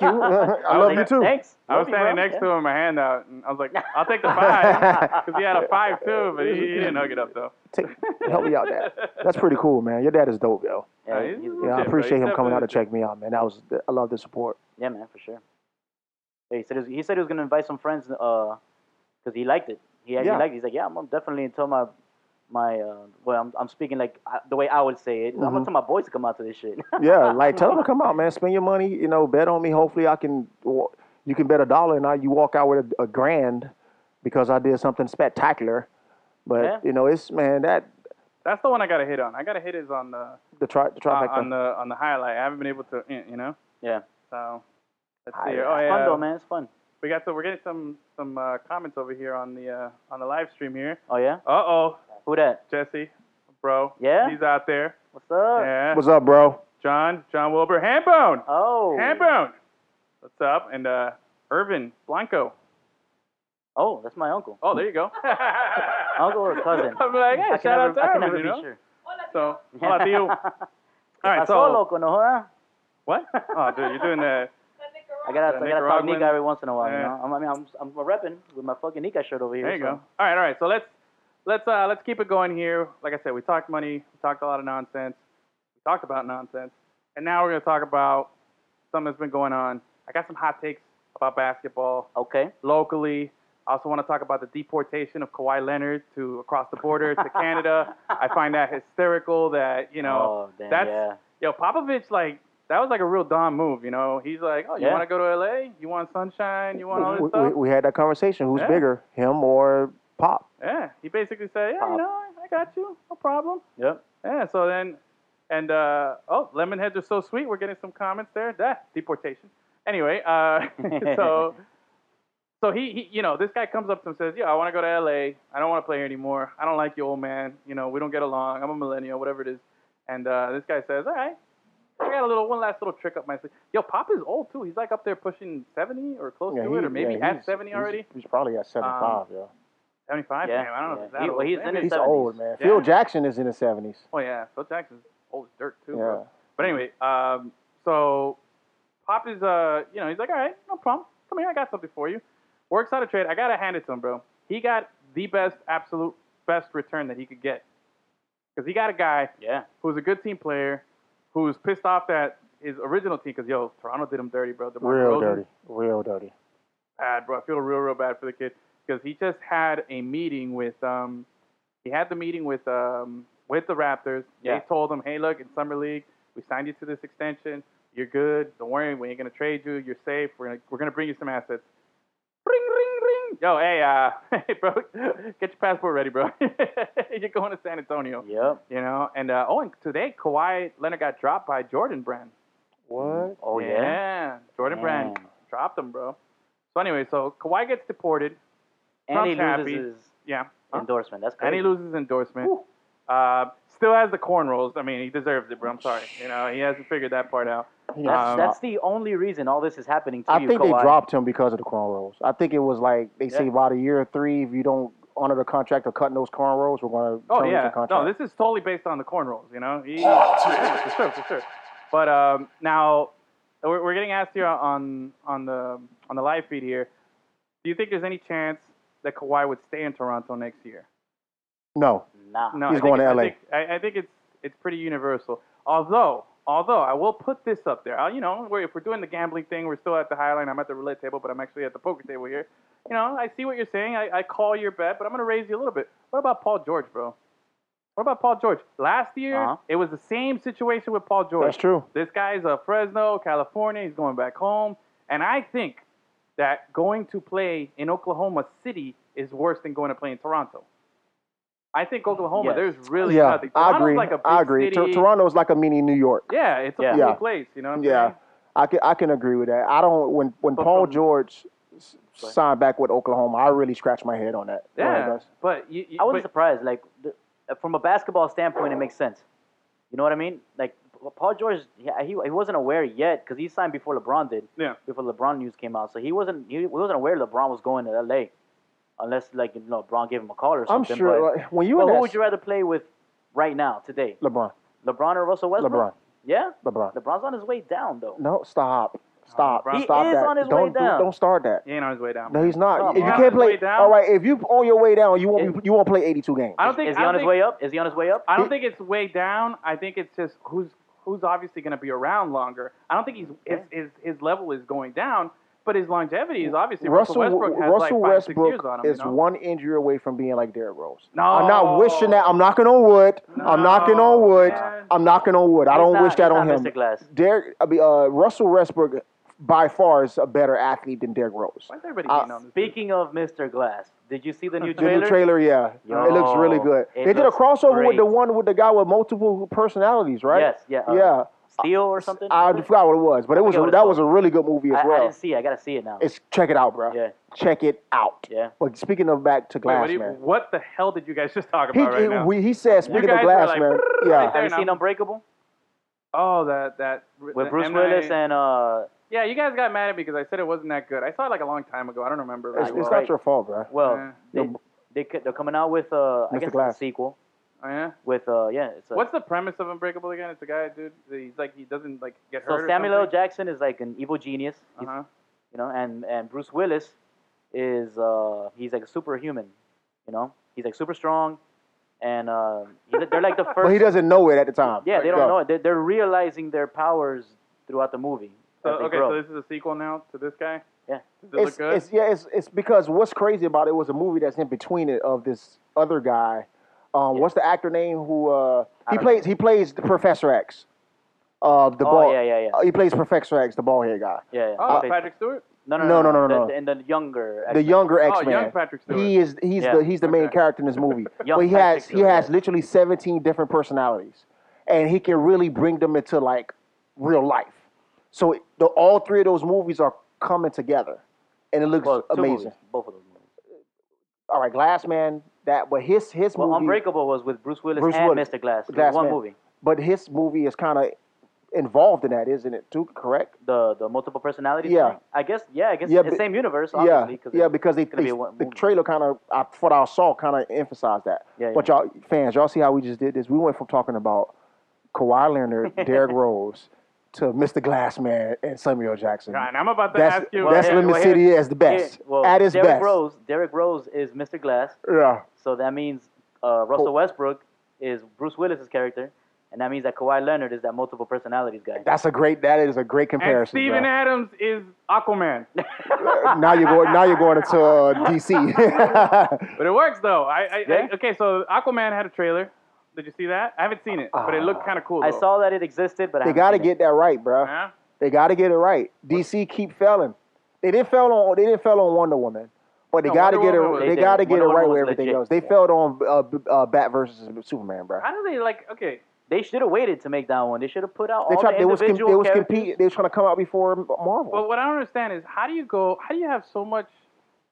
you. I love you too. Thanks. I was Love you, standing bro. next Yeah. to him, with my hand out, and I was like, I'll take the five because he had a five too, but he, he didn't hug it up though. Take, help me out, dad. That's pretty cool, man. Your dad is dope, yo. Yeah, Yeah, he's- he's- Yeah, I Legit, bro. appreciate He's him coming out to definitely check me out, man. That was I love the support. Yeah, man, for sure. Yeah, he said he was, he said he was gonna invite some friends, uh 'cause he liked it. He, he Yeah. liked. It. He's like, yeah, I'm gonna definitely tell my my uh, well, I'm, I'm speaking like uh, the way I would say it. I'm gonna Mm-hmm. Mhm. tell my boys to come out to this shit. Yeah, like tell him to come out, man. Spend your money. You know, bet on me. Hopefully, I can. or You can bet a dollar, and I, you walk out with a, a grand because I did something spectacular. But Yeah. you know, it's man that That's the one I got to hit on. I got to hit is on the uh, the tri- the on- trifecta. on the on the highlight. I haven't been able to, eh, you know. yeah, So Let's Hi. see here. Oh, It's yeah. fun though, man. It's fun. We got so we're getting some some uh, comments over here on the uh, on the live stream here. Oh yeah. Uh oh, Who that? Jesse, bro. Yeah? Uh, He's out there. What's up? Yeah. What's up, bro? John John Wilbur Hambone. Oh. Hambone. What's up? And uh, Irvin Blanco. Oh, that's my uncle. Oh, there you go. Uncle or cousin? I'm like, hey, I can shout never, out to I can Irvin, never you be know. sure. Hola, So, tío. hola, tío. All right, Pasó, so loco, no joda. what? Oh, dude, you're doing the That's Nicaragua. I gotta, The I gotta talk Nicaraguan- Nika every once in a while. You Yeah. know? I'm, I mean, I'm, I'm repping with my fucking Nika shirt over here. There you so. go. All right, all right. So let's let's uh, let's keep it going here. Like I said, we talked money, we talked a lot of nonsense, we talked about nonsense, and now we're gonna talk about something that's been going on. I got some hot takes about basketball Okay. locally. I also want to talk about the deportation of Kawhi Leonard to across the border to Canada. I find that hysterical. That you know, oh, damn, that's- yeah. yo Popovich like. That was like a real Don move, you know. He's like, "Oh, you Yeah. want to go to LA? You want sunshine? You want all this We, stuff?" we, we had that conversation. Who's Yeah. bigger, him or Pop? Yeah, he basically said, yeah, you Pop. know, I- I got you, no problem. Yep. Yeah, so then, and uh, oh, lemon heads are so sweet. We're getting some comments there. That deportation. Anyway, uh, so so he, he, you know, this guy comes up to him and says, yeah, I want to go to LA. I don't want to play here anymore. I don't like you, old man. You know, we don't get along. I'm a millennial, whatever it is. And uh, this guy says, all right. I got a little, one last little trick up my sleeve. Yo, Pop is old too. He's like up there pushing 70 or close to he- it, or maybe yeah, at he's- 70 he's- already. He's, probably at 75, yo. 75? Yeah, Damn, I don't know if yeah. it's that He- old. well, he's in Maybe his He's 70s. old, man. Yeah. Phil Jackson is in his 70s. Oh yeah, Phil Jackson's old as dirt too. Yeah. Bro. But anyway, um, so Pop is uh, you know, he's like, all right, no problem. Come here, I got something for you. Works out a trade. I gotta hand it to him, bro. He got the best, absolute best return that he could get because he got a guy Yeah. who's a good team player, who's pissed off that his original team because yo, Toronto did him dirty, bro. DeMar Real DeRozan, dirty. Real dirty. Bad, bro. I feel real, real bad for the kid because he just had a meeting with um, he had the meeting with um, with the Raptors. Yeah. They told him, hey, look, in summer league, we signed you to this extension. You're good. Don't worry, we ain't gonna trade you. You're safe. We're gonna we're gonna bring you some assets. Ring, ring, ring. Yo, hey, uh, hey, bro, get your passport ready, bro. You're going to San Antonio. Yep. You know, and uh, oh, and today Kawhi Leonard got dropped by Jordan Brand. What? Oh, yeah. Jordan Brand Damn. dropped him, bro. So anyway, so Kawhi gets deported. And he loses Trump's happy. his Yeah. endorsement. That's And crazy. he loses his endorsement. Uh, still has the corn rolls. I mean, he deserves it, bro. I'm sorry. You know, he hasn't figured that part out. that's, Um, that's the only reason all this is happening to I you, think they Kawhi. dropped him because of the cornrows. I think it was like they say Yeah. about a year or three if you don't honor the contract of cutting those cornrows, we're going to Oh terminate yeah, your contract. no, this is totally based on the corn rolls. You know, he, for sure, for sure. But um, now we're, we're getting asked here on on the on the live feed here. Do you think there's any chance that Kawhiuld stay in Toronto next year? no. Nah. No, He's I think going to it- LA. I think, I, I think it's it's pretty universal. Although, although I will put this up there. I, you know, we're, if we're doing the gambling thing, we're still at the high line. I'm at the roulette table, but I'm actually at the poker table here. You know, I see what you're saying. I, I call your bet, but I'm going to raise you a little bit. What about Paul George, bro? What about Paul George? Last year, Uh-huh. it was the same situation with Paul George. That's true. This guy's a Fresno, California. He's going back home, and I think that going to play in Oklahoma City is worse than going to play in Toronto. I think Oklahoma. Yes. There's really yeah, nothing. I Toronto's agree. like a big I agree. City. Tor- Toronto is like a mini New York. Yeah, it's a Yeah. cool Yeah. place. You know what I'm Yeah, saying? I can I can agree with that. I don't when when But Paul from- George s- Go ahead. signed back with Oklahoma, I really scratched my head on that. Go ahead, Yeah, Gus. but you, you, I wasn't but, surprised. Like, the, from a basketball standpoint, it makes sense. You know what I mean? Like, Paul George, he, he, he wasn't aware yet because he signed before LeBron did. yeah, before LeBron news came out. So he wasn't he wasn't aware LeBron was going to LA, unless like you know LeBron gave him a call or I'm something. sure But, like, when you but and who that- would you rather play with right now today? LeBron, LeBron or Russell Westbrook? LeBron, Yeah, LeBron. LeBron's on his way down though. No, stop, stop, LeBron- He stop is that. on his way don't do- down. don't start that. he ain't on his way down. No, he's not. Come if you on. On his can't way play, down? all right. If you on your way down, you won't be, you won't play 82 games. I don't think. Is I he don't on his think, way up? Is he on his way up? I don't think it's way down. I think it's just who's who's obviously going to be around longer. I don't think he's his, his his level is going down, but his longevity is obviously Russell, Westbrook has Russell like five, Westbrook six years on him. is you know? one injury away from being like Derrick Rose. No. I'm not wishing that. I'm knocking on wood. I'm knocking No, on wood. man. I'm knocking on wood. I He's don't not- wish that he's on not him. Mr. Glass. Derek, I mean, uh, Russell Westbrook by far is a better athlete than Derrick Rose. Why is everybody Uh, hating on this? Speaking of Mr. Glass, did you see the new The trailer? new trailer, yeah, Yo, it looks really good. They it did a looks crossover with great. the one with the guy with multiple personalities, right? Yes, yeah, uh, yeah. Steel or something? I forgot what it was, but it was forget what a, it's that was a called. really good movie as I, I well. didn't see it. I gotta see it now. it's check it out, bro. Yeah. Check it out. Yeah. But speaking of back to Wait, Glass, what, do you, man. what the hell did you guys just talk He, about right he- now? we, he said, speaking of guys were Glass, like, man. "Brrr," Yeah. like Have you Fair seen enough. Unbreakable oh, that that with the Bruce M. Night- Willis and uh? yeah, you guys got mad at me because I said it wasn't that good. I saw it like a long time ago. I don't remember. It's, very it's well. not your fault, bro. Well, Yeah. they, they c- they're coming out with uh, I Mr. guess it's Glass. a sequel Oh, yeah? with uh, yeah. It's a, What's the premise of Unbreakable again? It's a guy, dude. that He's like he doesn't like get so hurt. Samuel or L. something. Jackson is like an evil genius, He's- Uh-huh. you know, and and Bruce Willis is uh he's like a superhuman, you know, he's like super strong, and uh, he's, they're like the first. But he doesn't know it at the time. yeah, they don't Yeah. know it. They're, they're realizing their powers throughout the movie. So, as they okay, grow. so this is a sequel now to this guy. Yeah. Does it It's, look good? it's yeah, it's it's because what's crazy about it was a movie that's in between it of this other guy. Um, what's the actor name who uh, he don't plays? He plays the Professor X. Uh, the Oh, ball. yeah, yeah, yeah. uh, he plays Professor X, the bald head guy. yeah, yeah. oh, Okay. Patrick Stewart. no, no, no, no, no, no, no. The, and the younger. The X-Men. younger X Oh, Man. young Patrick Stewart. He is he's Yeah. the he's the main Okay. character in this movie. Young but he Patrick has he Stewart, has yeah. literally 17 different personalities, and he can really bring them into like real life. So the, all three of those movies are coming together, and it looks Well, two amazing. movies, both of those movies. All right, Glass Man. That but his his Well, movie. Unbreakable was with Bruce Willis Bruce and Willis. Mr. Glass. It was Glass one Man. movie. But his movie is kind of involved in that, isn't it? Too correct? The the multiple personalities. Yeah. thing? I guess. Yeah. I guess Yeah, it's but- the same universe. yeah, Obviously, yeah. it's Because they, gonna they be a one the movie. trailer kind of I what I saw kind of emphasized that. Yeah, But y'all fans, y'all see how we just did this? We went from talking about Kawhi Leonard, Derrick Rose, to Mr. Glass Man and Samuel Jackson. God, I'm about to That's ask you. that's here- Lemon well, here- City as the best Yeah, well, at its Derrick best. Rose. Derrick Rose is Mr. Glass. Yeah, So that means uh, Russell Westbrook is Bruce Willis's character, and that means that Kawhi Leonard is that multiple personalities guy. that's a great. That is a great and comparison. Steven bro. Adams is Aquaman. now you're going. Now you're going into uh, DC. But it works though. I, I, Yeah? I okay. So Aquaman had a trailer. Did you see that? I haven't seen it, but it Ah. looked kind of cool. I though. saw that it existed, but I They haven't got to seen get it. that right, bro. Yeah? They got to get it right. DC keep failing. They didn't fail on. They didn't fail on Wonder Woman, but they No, got to Wonder get it. Woman was- they they got to did. get it Wonder right Woman with was everything legit. else. They failed on uh, B- uh, Bat versus Superman, bro. How do they like? Okay, They should have waited to make that one. They should have put out They all tried. the They was com- individual they was characters. compete. They was trying to come out before Marvel. but what I don't understand is how do you go? How do you have so much?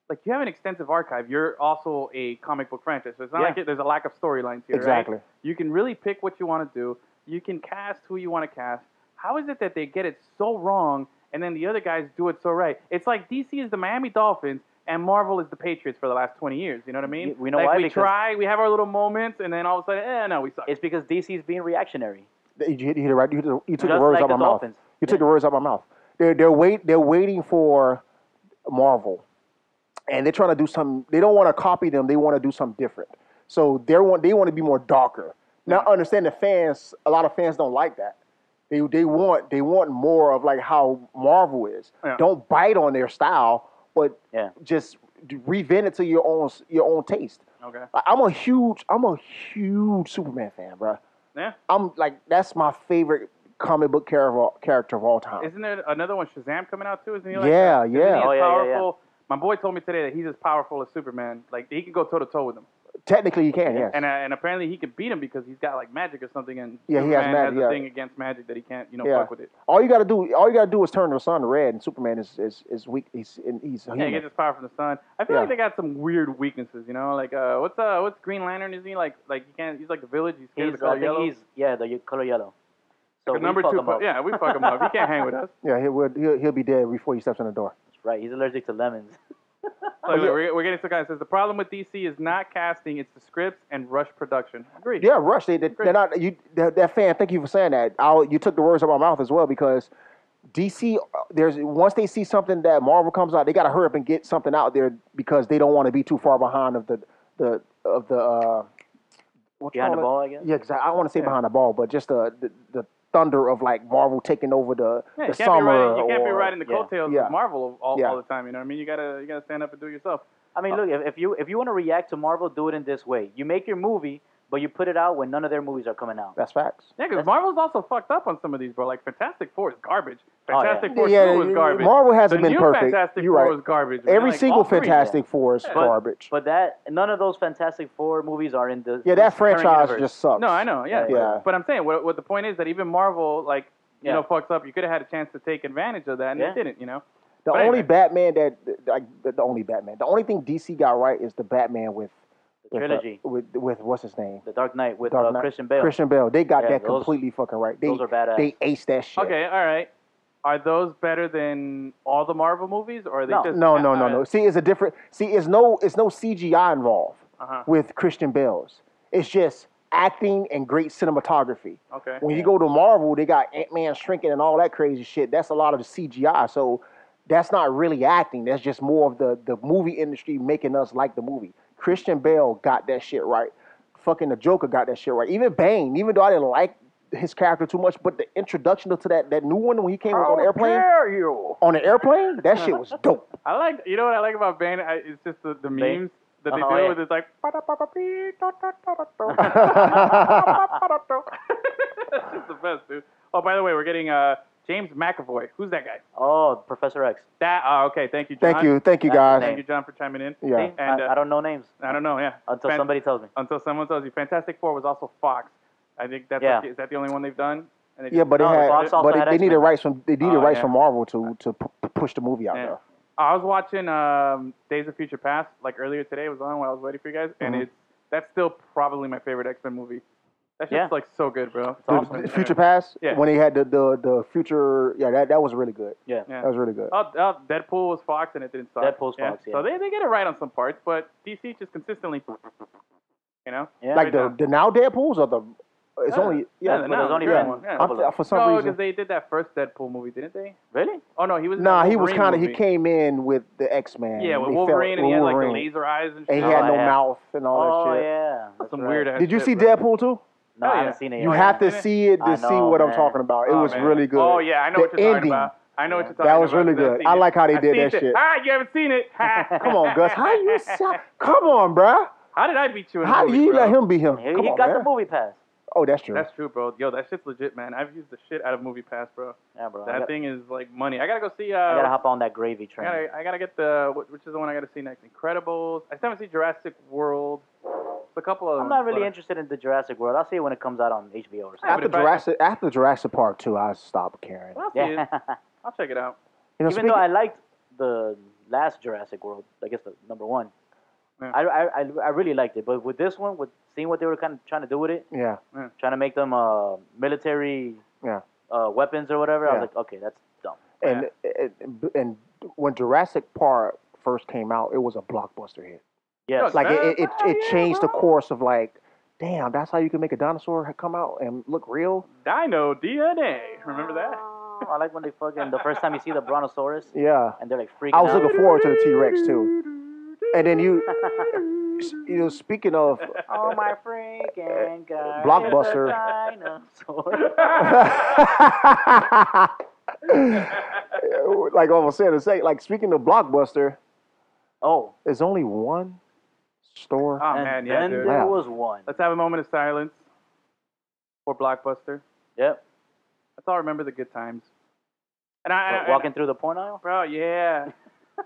Like you have an extensive archive. You're also a comic book franchise, so it's not Yeah. like it, there's a lack of storylines here. right? Exactly. You can really pick what you want to do. You can cast who you want to cast. How is it that they get it so wrong and then the other guys do it so right? It's like DC is the Miami Dolphins and Marvel is the Patriots for the last 20 years. You know what I mean? Y- we know like why, We because- try, we have our little moments, and then all of a sudden, eh, no, we suck. It's because DC's being reactionary. you, hit, you hit it right. You, hit the- you took the Just words like out the my mouth. Dolphins. You took the words out my mouth. They're they're wait they're waiting for Marvel, and they're trying to do something. They don't want to copy them. They want to do something different. So they want they want to be more darker. Now I understand the fans. A lot of fans don't like that. They they want they want more of like how Marvel is. Yeah. Don't bite on their style, but Yeah. just revent it to your own your own taste. Okay. Like, I'm a huge I'm a huge Superman fan, bro. Yeah. I'm like that's my favorite comic book character character of all time. Isn't there another one, Shazam, coming out too? Isn't he like Yeah, that? Isn't yeah. He as Oh, yeah, yeah, yeah. powerful? My boy told me today that he's as powerful as Superman. Like he can go toe to toe with him, Technically, you can, yes. and uh, and apparently he can beat him because he's got like magic or something. And Yeah, he has Superman magic, a yeah. thing against magic that he can't, you know, yeah. fuck with it. All you gotta do, all you gotta do is turn the sun red, and Superman is is, is weak. He's and he's Yeah, he human. gets his power from the sun. I feel Yeah. like they got some weird weaknesses, you know. Like, uh, what's uh, what's Green Lantern? Is he like, like he can't? He's like the village. He's scared He's, of the I color think yellow. he's yeah, the ye- color yellow. The So we number fuck two. him up. Yeah, we fuck him up. He can't hang with us. yeah, he would he'll, he'll be dead before he steps in the door. right. He's allergic to lemons. Oh, Look, look, we're, we're getting so kind. It says the problem with DC is not casting; it's the scripts and rush production. Agree. Yeah, Rush. They, they, they're not you. That, that fan. Thank you for saying that. I, you took the words out of my mouth as well because DC. uh, There's once they see something that Marvel comes out, they gotta hurry up and get something out there because they don't want to be too far behind of the the of the. Uh, what you Behind the call it? ball, I guess? Yeah, exactly. I want to say behind the ball, but just the, the the thunder of like Marvel taking over the Yeah, the you can't summer. be riding, you can't be or- riding the yeah, coattails yeah. of Marvel all, Yeah. all the time. You know what I mean? You gotta you gotta stand up and do it yourself. I mean, look, if, if you if you want to react to Marvel, do it in this way. You make your movie, but you put it out when none of their movies are coming out. That's facts. Yeah, because Marvel's also fucked up on some of these, bro. Like Fantastic Four is garbage. Oh, yeah. Fantastic Four Yeah, two was garbage. Marvel the hasn't been new perfect. Fantastic You're Four right. was garbage. man. Every Like, single all three. Fantastic Four is But- garbage. But that none of those Fantastic Four movies are in the yeah, this that current franchise universe. just sucks. No, I know. Yeah. Yeah. But, but I'm saying what, what the point is that even Marvel, like Yeah. you know, fucks up. You could have had a chance to take advantage of that, and Yeah. they didn't, you know. The But only anyway. Batman that like the, the only Batman. The only thing DC got right is the Batman with The with, uh, trilogy, with, with what's his name? The Dark Knight with Dark uh, Knight- Christian Bale. Christian Bale. They got Yeah, that those- completely fucking right. They those are badass. they aced that shit. Okay, all right. Are those better than all the Marvel movies, or are they No. just No, no, no, no. See, it's a different. See, it's no, it's no CGI involved Uh-huh. with Christian Bale's. It's just acting and great cinematography. Okay. When you go to Marvel, they got Ant Man shrinking and all that crazy shit. That's a lot of the CGI. So that's not really acting. That's just more of the the movie industry making us like the movie. Christian Bale got that shit right. Fucking the Joker got that shit right. Even Bane, even though I didn't like his character too much, but the introduction to that that new one when he came on the airplane, you? on the airplane, that shit was dope. I like. You know what I like about Bane? I, it's just the, the Bane? memes that they Oh, do yeah. with it's like. That's just the best, dude. Oh, by the way, we're getting uh, James McAvoy. Who's that guy? Oh, Professor X. That. Oh, okay. Thank you, John. Thank you, thank you That's guys. the Thank you, John, for chiming in. Yeah. See, And, I, uh, I don't know names I don't know. Yeah. until Fan- somebody tells me. Until someone tells you, Fantastic Four was also Fox. I think that's Yeah. what- is that the only one they've done? And they Yeah, just- but it No, the had, box also but had it, they needed X-Men. rights from they needed Oh, rights yeah. from Marvel to to p- p- push the movie out Yeah. there. I was watching um, Days of Future Past like earlier today. It was on while I was waiting for you guys, and Mm-hmm. Mhm. it's that's still probably my favorite X Men movie. That shit's Yeah. like so good, bro. It's The- awesome. the Future Past, Yeah. when they had the, the the future, yeah, that, that was really good. Yeah. Yeah. That was really good. Oh, oh, Deadpool was Fox, and it didn't suck. Deadpool's Fox, yeah. So they, they get it right on some parts, but DC just consistently, you know. Yeah. like right the, the now Deadpools or the it's Yeah. only Yeah, yeah. the but there's now- only yeah. been one. Yeah. couple I'm- of- for some No, because reason, they did that first Deadpool movie, didn't they? Really? Oh no, he was. in nah, that he was Wolverine kind of he movie. came in with the X Men. Yeah, with Wolverine, and he had like the laser eyes and shit. and he had Oh, no yeah. mouth and all Oh that shit. yeah. That's some right. weird. ass Did you shit, see bro. Deadpool too? Oh, No, I yeah. haven't seen it. You yet. have to see it to I see know, what I'm man. talking about. It Oh, was man. really good. Oh yeah, I know the what you're ending. talking about. I know what you're That talking about. was really because I've good. seen I it. like how they I've did seen that shit. Ah, you haven't seen it. Come on, Gus. How you? so- Come on, bruh. How did I beat you in How the do movie, you bro? let him be him? He, Come he on, got man. the movie pass. Oh, that's true. That's true, bro. Yo, that shit's legit, man. I've used the shit out of Movie Pass, bro. Yeah, bro. I That got- thing is like money. I gotta go see. Uh, I gotta hop on that gravy I train. gotta, I gotta get the wh- which is the one I gotta see next. Incredibles. I still haven't seen Jurassic World. It's a couple of. them, I'm not really but- interested in the Jurassic World. I'll see it when it comes out on HBO or Yeah, something. but after if I- Jurassic, after Jurassic Park two, I stopped caring. I'll see Yeah. it. I'll check it out. You know, Even though I liked the last Jurassic World, I guess the number one. Yeah. I, I, I, I really liked it, but with this one, with seeing what they were kind of trying to do with it, speaking- yeah, trying to make them uh, military Yeah. uh, weapons or whatever, I was like, okay, that's dumb. and and and when Jurassic Park first came out, it was a blockbuster hit. Yes. Look, Like it, it, it, Oh, it yeah, changed the bro. course of like, damn, that's how you can make a dinosaur come out and look real. Dino DNA. Remember that? I like when they fucking the first time you see the Brontosaurus Yeah, and they're like freaking I was out. looking forward to the T Rex too. And then you, you know, speaking of, oh my freaking god! Blockbuster. It's a dinosaur. like I was saying, to say, like speaking of blockbuster, oh, there's only one store. Oh and man, yeah, then dude. there Wow. was one. Let's have a moment of silence for Blockbuster. Yep. Let's all remember the good times. And I, I- Walking through the porn aisle. bro, yeah.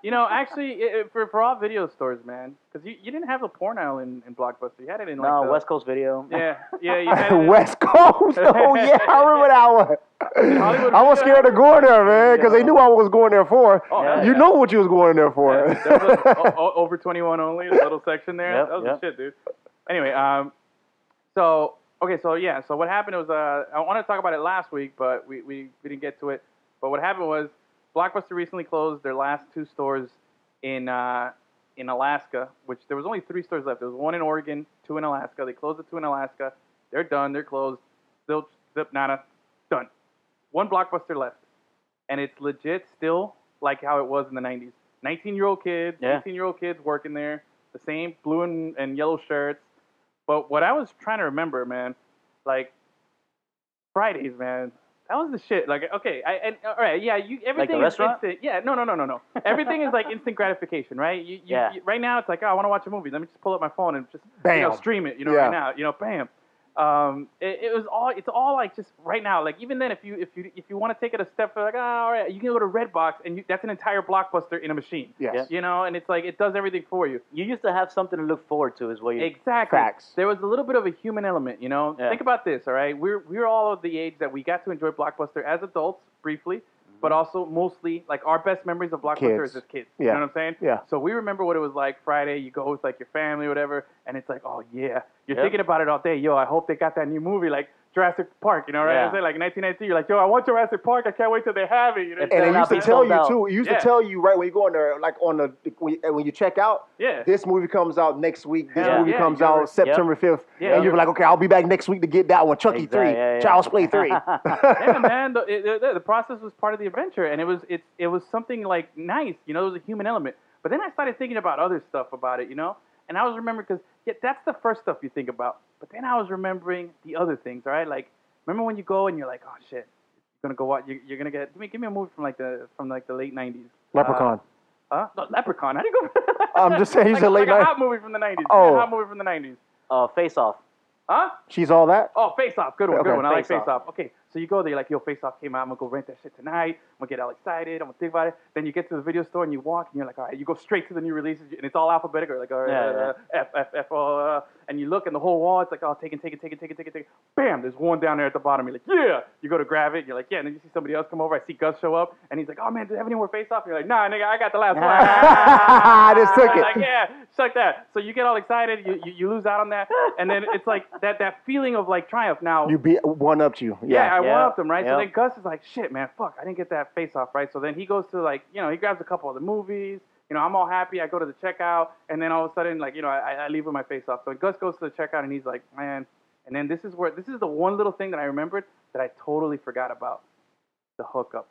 you know, actually, it, it- for for all video stores, man, because you, you didn't have a porn aisle in, in Blockbuster. You had it in like No, the, West Coast Video. Yeah, yeah, you had it. in- West Coast. Oh yeah, I remember that one. Hollywood I was scared of going there, man, because they knew I was going there for. Oh, hell you yeah. know what you was going there for. Yeah, Oh. there was a- o- o- over 21 only, the little section there. Yep, that was yep. the shit, dude. Anyway, um, so okay, so yeah, so what happened was uh, I wanted to talk about it last week, but we, we, we didn't get to it. But what happened was Blockbuster recently closed their last two stores in uh, in Alaska, which there was only three stores left. There was one in Oregon, two in Alaska. They closed the two in Alaska. They're done. They're closed. Zilch, zip, nada, done. One Blockbuster left and it's legit still like how it was in the 90s. 19 year old kids, Yeah. 18 year old kids working there, the same blue and, and yellow shirts. But what I was trying to remember, man, like Fridays, man, that was the shit. Like, okay, I, and all right, yeah, you everything is restaurant? instant. Yeah, no, no, no, no, no. Everything is like instant gratification, right? You, you, Yeah. you- right now, it's like, oh, I want to watch a movie. Let me just pull up my phone and just you know, Bam. stream it, you know, Yeah. right now, you know, bam. Um, it, it was all. It's all like just right now. Like even then, if you if you if you want to take it a step further, like ah, all right, you can go to Redbox, and you, that's an entire blockbuster in a machine. Yes. Yeah. You know, and it's like it does everything for you. You used to have something to look forward to, is what you. Exactly. Facts. There was a little bit of a human element, you know. Yeah. Think about this, all right? We're we're all of the age that we got to enjoy Blockbuster as adults briefly, but also mostly like our best memories of Blockbuster Mm-hmm. Kids. is as kids. You Yeah. know what I'm saying? Yeah. So we remember what it was like Friday. You go with like your family, whatever, and it's like, oh yeah, you're Yep. thinking about it all day. Yo, I hope they got that new movie like Jurassic Park. You know what Yeah. I'm saying? Like 1992, you're like, yo, I want Jurassic Park. I can't wait till they have it. You know? It's what And I'm they used They'll not to be tell sold you out. too. It used Yeah. to tell you right when you go in there, like on the when you, when you check out. Yeah. This movie comes out next week. This Hell movie yeah, comes you're out right. September fifth, Yeah, and you're you're- like, okay, I'll be back next week to get that one. Chucky Exactly, three, yeah, yeah. Child's Play three. yeah, man. The, it, the, the process was part of the adventure, and it was it it was something like nice, you know. It was a human element. But then I started thinking about other stuff about it, you know. And I was remembering because yeah, that's the first stuff you think about. But then I was remembering the other things, all right? Like remember when you go and you're like, oh shit, you're gonna go out. You're, you're gonna get. Give me give me a movie from like the from like the late '90s. Leprechaun. Huh? No, Leprechaun. I didn't go. I'm just saying, he's like, a late like a night. hot movie from the '90s. Oh. a hot movie from the '90s. Uh, face off. Huh? She's all that. Oh, Face Off. Good one. Okay, good one. I like Face Face Off. Okay, so you go there, you're like, yo, Face Off came out. I'm gonna go rent that shit tonight. I'm gonna get all excited. I'm gonna think about it. Then you get to the video store and you walk and you're like, all right, you go straight to the new releases and it's all alphabetical. You're like, all right, uh, Yeah, F F F. Uh, and you look and the whole wall, it's like, oh, take it, take it, take it, take it, take it, take it. Bam, there's one down there at the bottom. You're like, yeah. You go to grab it. You're like, yeah. And then you see somebody else come over. I see Gus show up and he's like, oh man, do they have any more Face Off? And you're like, nah, nigga, I got the last one. I just took Like, it. yeah, suck that. So you get all excited, you, you, you lose out on that, and then it's like that that feeling of like triumph. Now, You beat one upped you. yeah, I Yeah. one yeah, upped him, right? yeah. So then Gus is like, shit, man, fuck, I didn't get that face off, right? So then he goes to like, you know, he grabs a couple of the movies. You know, I'm all happy. I go to the checkout, and then all of a sudden, like, you know, I, I leave with my face off. So Gus goes to the checkout, and he's like, man. And then this is where this is the one little thing that I remembered that I totally forgot about, the hookup.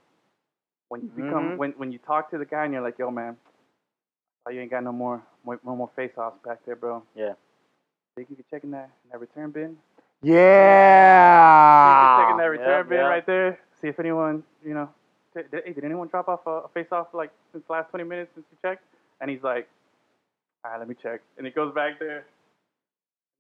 When you become Mhm. when when you talk to the guy and you're like, yo, man, oh, you ain't got no more no more face offs back there, bro. Yeah. Think you could check in that in that return bin? Just checking Yeah. that return Yep, bin yep. right there. See if anyone, you know, did, did, hey, did anyone drop off a, a face off like since the last 20 minutes since you checked? And he's like, all right, let me check. And he goes back there.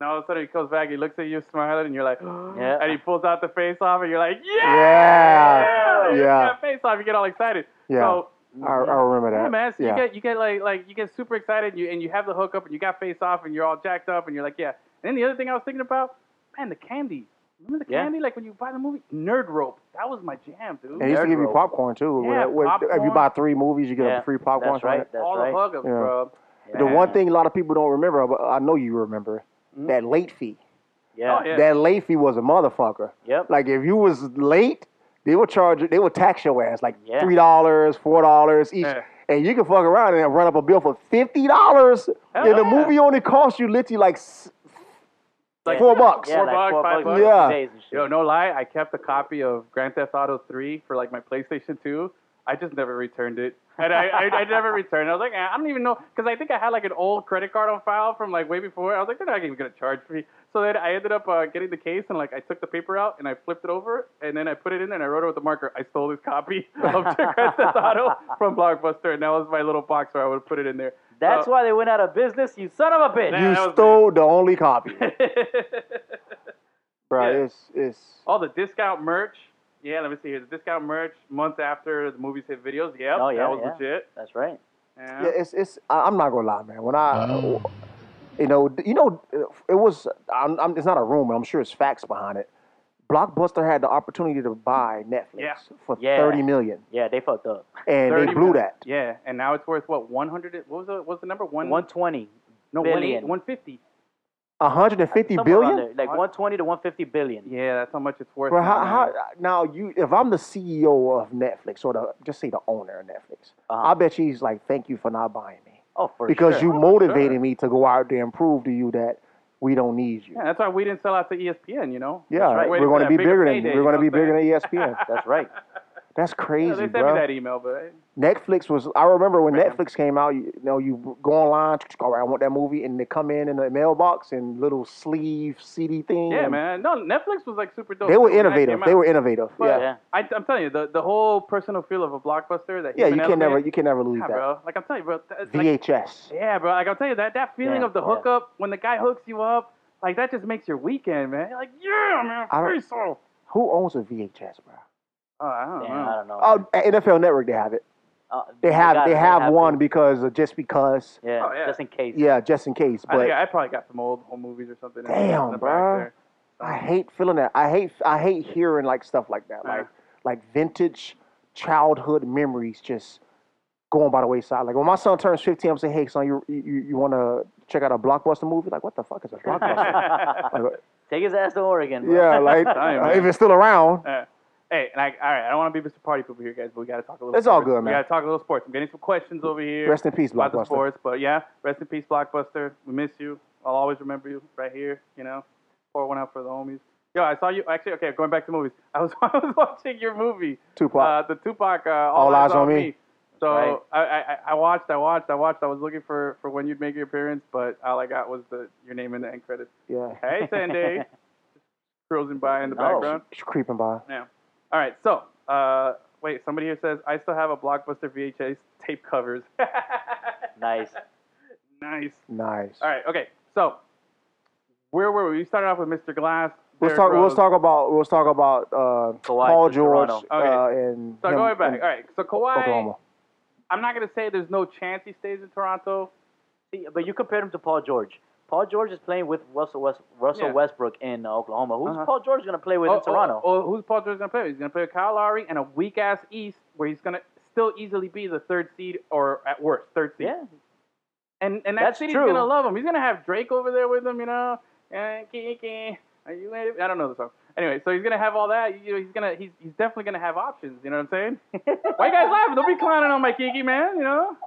And all of a sudden he comes back, he looks at you smiling, and you're like, Yeah. and he pulls out the face off, and you're like, yeah, Yeah. You Yeah. got face off. You get all excited. Yeah. So I, I remember that. yeah, man. So yeah. you get you get like like you get super excited and you and you have the hookup and you got face off and you're all jacked up and you're like, yeah. And then the other thing I was thinking about, man, the candy. Remember the Yeah. candy? Like when you buy the movie Nerd Rope. That was my jam, dude. and they used to give you Nerd roll. popcorn too. Yeah, With- with- If you popcorn. buy three movies, you get Yeah, a free popcorn. That's right. That's all right. the hookups, Yeah. bro. The one thing a lot of people don't remember, but I know you remember, that late fee. Yeah. Oh, Mm-hmm. yeah. That late fee was a motherfucker. Yep. Like if you was late, they would charge you. They would tax your ass like Yeah. three dollars, four dollars each, Yeah. and you can fuck around and run up a bill for fifty dollars. Hell And the yeah. movie only cost you literally like s- Like- four bucks. yeah, four like bucks, four five bucks, bucks. Yeah. days and shit. Yo, no lie, I kept a copy of Grand Theft Auto 3 for like my PlayStation 2. I just never returned it. And I, I, I never returned. it. I was like, eh, I don't even know, because I think I had like an old credit card on file from like way before. I was like, they're not even gonna charge me. So then I ended up uh, getting the case and like I took the paper out and I flipped it over and then I put it in and I wrote it with a marker. I stole this copy of Grand Theft Auto from Blockbuster and that was my little box where I would put it in there. That's So- why they went out of business. You son of a bitch. Yeah, you that was stole the only copy, bro. Yeah. It's it's All Oh, the discount merch. Yeah, let me see here. The discount merch months after the movies hit videos. Yep, Oh, yeah, that was yeah. legit. That's right. Yeah. yeah, it's it's. I, I'm not gonna lie, man. When I, Oh. you know, you know, it was. I'm, I'm, it's not a rumor. I'm sure it's facts behind it. Blockbuster had the opportunity to buy Netflix Yeah. for Yeah. thirty million, Yeah, they fucked up. and they 30 blew million. that. Yeah, and now it's worth what 100? What was the what was the number? One, 120 no, 180 billion. 150. 150 Somewhere around billion. there, Like 120 to 150 billion. Yeah, that's how much it's worth. Bro, now, how, man. how, now you, if I'm the CEO of Netflix or the just say the owner of Netflix, Uh-huh. I bet she's like, thank you for not buying me Oh, for because you sure. motivated me to go out there and prove to you that we don't need you. Yeah, that's why we didn't sell out to E ESPN. You know. Yeah, right. we're Waiting for going to that be bigger bigger than payday, we're you going to know be what I'm bigger than E ESPN. That's right. That's crazy, Yeah, they sent bro. me that email, but Netflix was. I remember when Right. Netflix came out. You, you know, you go online. All right, I want that movie, and they come in in the mailbox and little sleeve CD thing. yeah, and man. No, Netflix was like super dope. They were When that innovative. came out. They were innovative. But yeah, Yeah. I, I'm telling you, the, the whole personal feel of a blockbuster. That yeah. human You can element, never, you can never lose Yeah, that. bro. Like I'm telling you, bro. th- it's like- VHS. Yeah, bro. Like I'll tell you that that feeling Yeah, of the yeah. hookup when the guy hooks you up, Like that just makes your weekend, man. You're like, yeah, man, I don't- free throw. Who owns a VHS, bro? Oh, I don't Damn, know. I don't know. Oh, at NFL Network they have it. Uh, They have gotta- they have to. one because of just because. Yeah, Oh, yeah. just in case. Yeah, just in case. I But think I probably got some old home movies or something. in the- Damn, in the back bruh. there. I hate feeling that. I hate I hate hearing like stuff like that. Uh-huh. Like like vintage childhood memories just going by the wayside. Like when my son turns 15, I'm saying, "Hey son, you you, you want to check out a blockbuster movie?" Like what the fuck is a blockbuster? Like, Take his ass to Oregon. bro. yeah, like Damn, uh, man. if it's still around. Uh, hey, and I, all right, I don't want to be Mr. Party Pooper here, guys, but we got to talk a little. It's all sports. good, man. We got to talk a little sports. I'm getting some questions over here. Rest in peace, about the blockbuster. sports, but yeah, rest in peace, Blockbuster. We miss you. I'll always remember you right here. You know, pour one out for the homies. Yo, I saw you actually. Okay, going back to movies. I was I was watching your movie, Tupac. uh, the Tupac. Uh, All, Eyes on Me. So Right. I, I I- I watched, I watched, I watched. I was looking for for when you'd make your appearance, but all I got was the your name in the end credits. Yeah, Hey, Sandy, cruising by in the Oh. background. it's creeping by. All right, so uh, wait, somebody here says I still have a blockbuster VHS tape covers. Nice. nice. Nice. All right, okay, so where were we? We started off with Mr. Glass. We'll Derrick talk. We'll Rose. talk about. We'll talk about uh, Kawhi Paul to George Toronto. uh, Okay. and So him going back, in all right. So Kawhi, Oklahoma. I'm not gonna say there's no chance he stays in Toronto. See, But you compared him to Paul George. Paul George is playing with Russell, West, Russell Yeah. Westbrook in uh, Oklahoma. Who's Uh-huh. Paul George going to play with in Toronto? Oh, who's Paul George gonna play? with? He's gonna play with Kyle Lowry and a weak ass East where he's gonna still easily be the third seed or at worst third seed. Yeah, And and that That's city's true. gonna love him. He's gonna have Drake over there with him, you know. Eh, ke- ke. Are you ready? I don't know the song. Anyway, so he's gonna have all that. You know, he's gonna he's he's definitely gonna have options. You know what I'm saying? Why you guys laughing? Don't be clowning on my Kiki man. You know.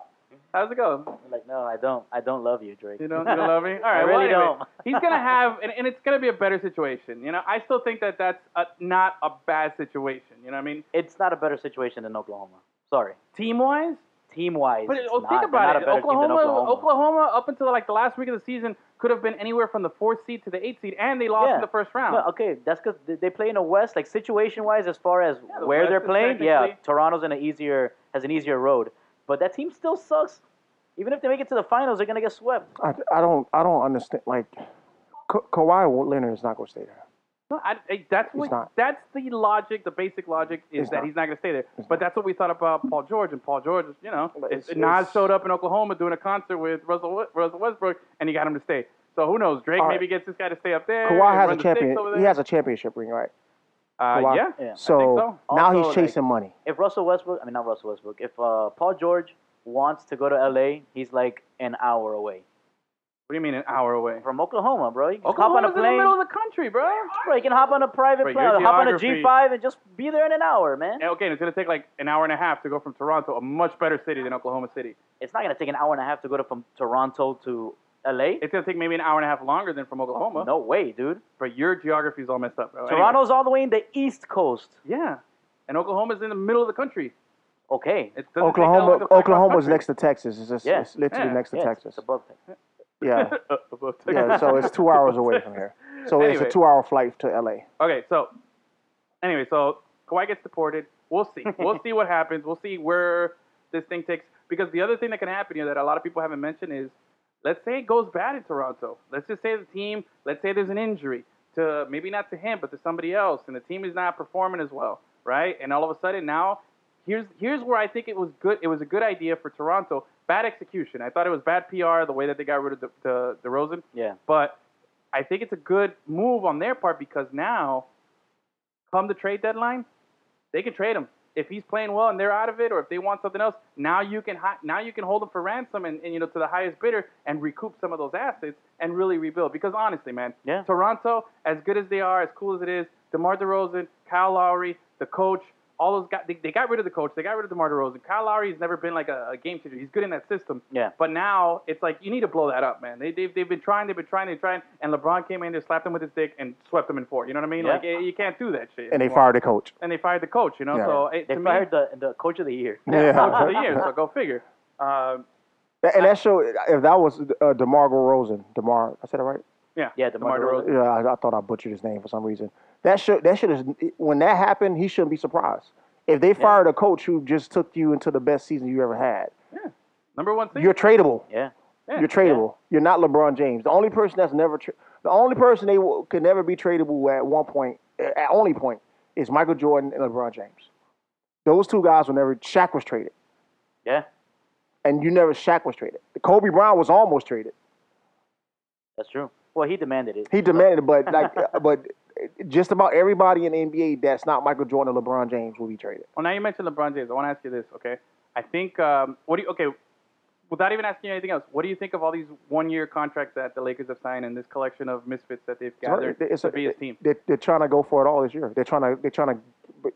How's it going? like no, I don't. I don't love you, Drake. You don't, you don't love me? All I right, well, really anyway, don't. he's going to have, and, and it's going to be a better situation. You know, I still think that that's a, not a bad situation. You know what I mean? It's not a better situation than Oklahoma. Sorry, Team wise? team wise. But it's oh, not. think They're about not it. a better Oklahoma, team than Oklahoma. up until like the last week of the season, could have been anywhere from the fourth seed to the eighth seed, and they lost Yeah. in the first round. No, okay, that's because they play in the West. Like situation wise, as far as the where West they're is playing, yeah, technically- Toronto's in an easier has an easier road. But that team still sucks. Even if they make it to the finals, they're gonna get swept. I, I don't. I don't understand. Like Ka- Kawhi Leonard is not going to stay there. No, I, I- that's what not. that's the logic. The basic logic is It's that not. he's not going to stay there. but that's what we thought about Paul George, and Paul George, you know, But it's, it's- Nas it's- showed up in Oklahoma doing a concert with Russell, We- Russell Westbrook, and he got him to stay. So who knows? Drake All right. maybe gets this guy to stay up there. Kawhi and has run a the sticks champion. over He there. has a championship ring, right? Uh, Kawhi. yeah. Yeah. So, so. now Also, he's chasing money. If Russell Westbrook, I mean not Russell Westbrook, if uh, Paul George wants to go to LA, he's like an hour away What do you mean an hour away? from Oklahoma, bro. You can hop on a Oklahoma's in the plane. middle of the country, bro. Bro, you can hop on a private Bro, plane, your hop on a geography- G5, and just be there in an hour, man. And, Okay, and it's gonna take like an hour and a half to go from Toronto, a much better city than Oklahoma City. It's not gonna take an hour and a half to go to, from Toronto to LA. It's gonna take maybe an hour and a half longer than from Oklahoma. no way, dude. But your geography's all messed up, bro. Anyway. Toronto's all the way in the East Coast. Yeah. And Oklahoma's in the middle of the country. Okay. It doesn't take that long Oklahoma. to fuck Oklahoma's up next to Texas. It's just Yeah. it's literally Yeah. next to Yes, Texas. It's above that. Yeah. country. Uh, above Yeah. Texas. So it's two hours away from here. So Anyway. it's a two-hour flight to LA. Okay, so anyway, so Kawhi gets deported. We'll see. We'll see what happens. We'll see where this thing takes. Because the other thing that can happen here that a lot of people haven't mentioned is, let's say it goes bad in Toronto. Let's just say the team. Let's say there's an injury to maybe not to him, but to somebody else, and the team is not performing as well, right? And all of a sudden now, here's here's where I think it was good. It was a good idea for Toronto. Bad execution. I thought it was bad PR the way that they got rid of the the, the Rosen. Yeah. But I think it's a good move on their part because now, come the trade deadline, they can trade him if he's playing well and they're out of it, or if they want something else. Now you can hi- now you can hold him for ransom and, and you know to the highest bidder and recoup some of those assets and really rebuild. Because honestly, man, Yeah. Toronto, as good as they are, as cool as it is, DeMar DeRozan, Kyle Lowry, the coach. All those guys, they, they got rid of the coach. They got rid of DeMar DeRozan. Kyle Lowry has never been like a, a game changer. He's good in that system. Yeah. But now it's like you need to blow that up, man. They, they've, they've been trying, they've been trying, they've been trying, and LeBron came in, just slapped him with his dick, and swept him in four. You know what I mean? Yeah. Like eh, you can't do that shit. And they anymore. fired the coach. And they fired the coach. You know, Yeah. so it, They to fired the, the coach of the year. me, yeah, Yeah. coach of the year. So go figure. Um, And that show, if that was uh, DeMar Rosen, DeMar, I said it right. yeah, Yeah, DeMar DeRozan. Yeah, I, I thought I butchered his name for some reason. That should that should have when that happened, he shouldn't be surprised. If they fired a coach who just took you into the best season you ever had, Number one thing. you're tradable. Yeah. Yeah, You're tradable. You're not LeBron James. The only person that's never tra- the only person they w- could never be tradable at one point, at only point, is Michael Jordan and LeBron James. Those two guys were never. Shaq was traded, Yeah, and you never Shaq was traded. Kobe Bryant was almost traded. that's true. Well, he demanded it. He demanded, it, but like, but just about everybody in the NBA that's not Michael Jordan or LeBron James will be traded. Well, oh, now you mentioned LeBron James. I want to ask you this, okay? I think, um, what do you, okay, without even asking you anything else, what do you think of all these one year contracts that the Lakers have signed and this collection of misfits that they've gathered It's- to be his team? They're, they're trying to go for it all this year. They're trying to they're trying to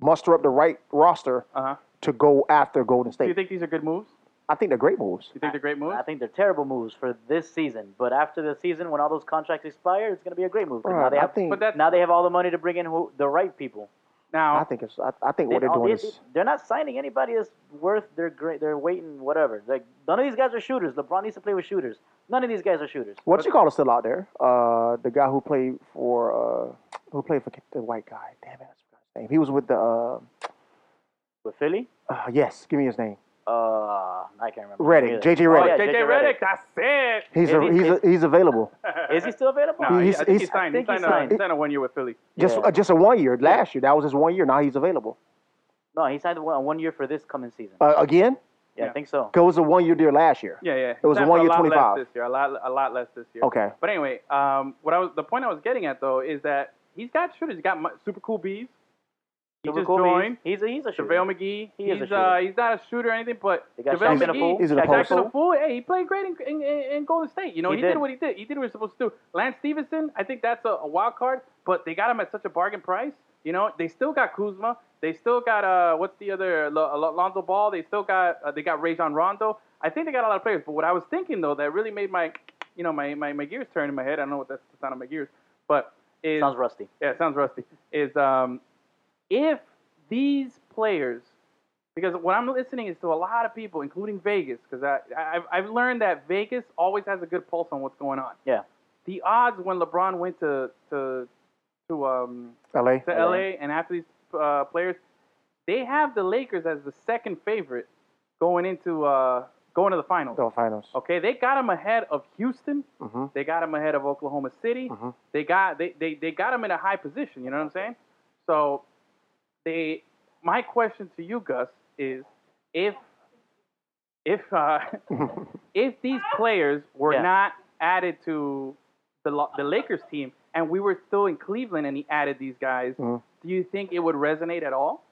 muster up the right roster Uh huh. to go after Golden Do you State. think these are good moves? I think they're great moves. Do you think they're great moves? I think they're terrible moves for this season. But after the season, when all those contracts expire, it's going to be a great move. 'cause Bruh, now they I have, think- But that's now they have all the money to bring in who, the right people. now. I think it's I, I think what They- they're doing they, is they're not signing anybody that's worth their great. They're waiting, whatever. Like none of these guys are shooters. LeBron needs to play with shooters. None of these guys are shooters. what you call is still out there. Uh, the guy who played for uh, who played for the white guy. Damn it, I forgot his name. He was with the uh, With Philly, uh, yes, give me his name. uh, I can't remember. Reddick, Either. JJ oh, Reddick. yeah, JJ JJ Redick, that's it. He's a, Is he- he's a, he's available. Is he still available? No, he's- I think he he's- signed. I He think he signed, uh, a, signed. he signed a one year with Philly. Just Yeah. uh, just a one year. Last year that was his one year. Now he's available No, he signed one, one year for this coming season. uh, again. yeah, yeah. I think so. It was a one year deal last year. Yeah, yeah. It was Signed a one for year, lot less 25. This year, a lot, a lot less this year. Okay. But anyway, um, what I was the point I was getting at though is that he's got shooters. He's got mu- super cool bees. He Super just cool. joined. He's, he's a he's a shooter. JaVale McGee. He is he's, uh, a shooter. he's not a shooter or anything, but They got JaVale Shaq in a McGee, pool. He's an Shaq Jack opposed. in in a the Fool, hey, he played great in, in, in in Golden State. You know, he, He did. did. what he did. He did what he was supposed to do. Lance Stevenson, I think that's a, a wild card, but they got him at such a bargain price. You know, they still got Kuzma. They still got uh, what's the other L- Lonzo Ball. They still got uh, they got Rajon Rondo. I think they got a lot of players. But what I was thinking though, that really made my you know my, my, my gears turn in my head. I don't know what that's the sound of my gears, but is Sounds rusty. yeah, it sounds rusty. Is um, if these players, because what I'm listening is to a lot of people, including Vegas, because I, I I've learned that Vegas always has a good pulse on what's going on. Yeah. The odds when LeBron went to to to um LA. to LA and after these uh, players, they have the Lakers as the second favorite going into uh going to the finals. The finals. Okay, they got him ahead of Houston. Mm-hmm. Mhm. They got him ahead of Oklahoma City. Mhm. They got they, they they got him in a high position. You know what I'm saying? So, they. My question to you, Gus, is if if uh, if these players were Yeah. not added to the Lo- the Lakers team and we were still in Cleveland and he added these guys, Mm-hmm. Mhm. do you think it would resonate at all?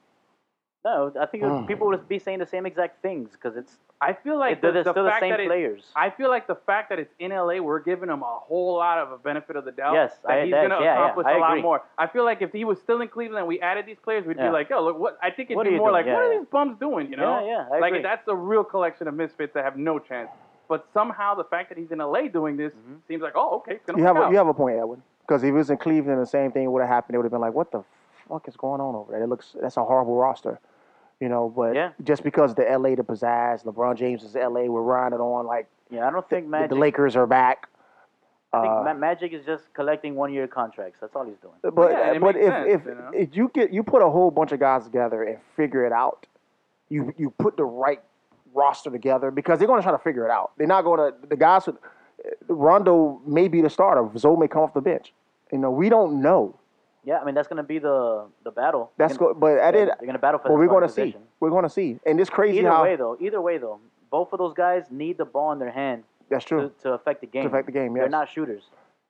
No, I think it Hmm. was- people would be saying the same exact things because it's I feel like they're the, the- still the fact same that it- players. I feel like the fact that it's in LA, we're giving him a whole lot of a benefit of the doubt. Yes, that I- he's that- going to yeah, yeah, accomplish I a lot agree. more. I feel like if he was still in Cleveland, and we added these players, we'd Yeah. be like, yo, look, what? I think it'd What be are you more doing? like, Yeah, what are yeah. these bums doing? You know? Yeah, yeah, I like agree. that's a real collection of misfits that have no chance. But somehow the fact that he's in LA doing this Mm-hmm. seems like, oh, okay, it's going to You work have a, out. you have a point, Edwin. Because if it was in Cleveland, the same thing would have happened. They would have been like, "What the fuck is going on over there? It looks that's a horrible roster." You know, but Yeah. just because the LA to pizzazz, LeBron James is LA, we're riding on like yeah. I don't think the, Magic. the Lakers are back. I think Uh, Ma- Magic is just collecting one year contracts. That's all he's doing. but Yeah, it but makes if sense, if, you know? if you get you put a whole bunch of guys together and figure it out, you you put the right roster together because they're going to try to figure it out. They're not going to the guys. Who, Rondo may be the starter. Zoe may come off the bench. You know, we don't know. Yeah, I mean that's gonna be the the battle. They're That's gonna- go, but at they're, it, they're gonna battle for. well, the we're going starting to see. position. We're going to see, and it's crazy Either how way though, either way though, both of those guys need the ball in their hand that's to, true. to affect the game. Hmm. affect the game, They're yes. not shooters.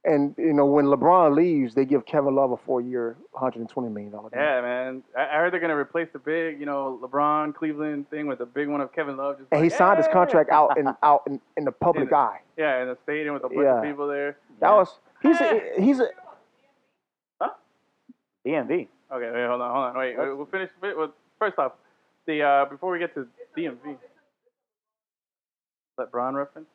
And you know, when LeBron leaves, they give Kevin Love a four-year, hundred and twenty million dollar. yeah, man. I I heard they're gonna replace the big, you know, LeBron Cleveland thing with the big one of Kevin Love. Just and he like, signed his "Hey!" contract out in out in, in the public In- eye. Yeah, in the stadium with a bunch of Yeah. people there. That was he's a, he's a, DMV. Okay, wait, hold on, hold on. Wait, we'll finish. fi- Well, first off, the uh, before we get to DMV, let Braun reference.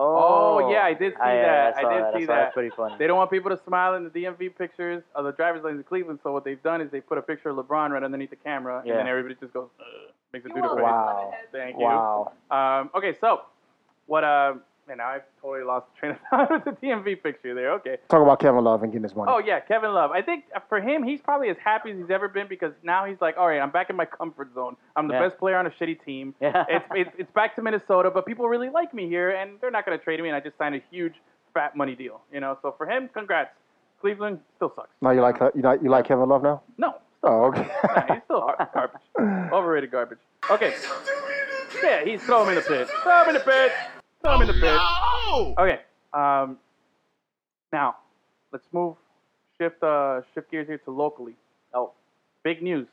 Oh, yeah, I did see I, that. I, I saw did that. see saw that. That's pretty funny. They don't want people to smile in the DMV pictures of the driver's license in Cleveland. So what they've done is they put a picture of LeBron right underneath the camera, Yeah. and then everybody just goes, Ugh, makes a You doodle all face. Wow. lemon heads. Thank you. wow. Um, okay, so what? Uh, Man, now I've totally lost train of thought with the DMV picture there. Okay. Talk about Kevin Love and getting his money. Oh yeah, Kevin Love. I think for him, he's probably as happy as he's ever been because now he's like, all right, I'm back in my comfort zone. I'm the Yeah. best player on a shitty team. Yeah. it's, it's it's back to Minnesota, but people really like me here, and they're not going to trade me. And I just signed a huge fat money deal. You know, so for him, congrats. Cleveland still sucks. Now you like you like you like Kevin Love now? No, Oh, okay. he's still har- garbage. Overrated garbage. Okay. Yeah, he's throw him in the pit. Throw him in the pit. Throw him in the pit. Oh! Okay. Um, now, let's move, shift, uh, shift gears here to locally. Oh, Big news.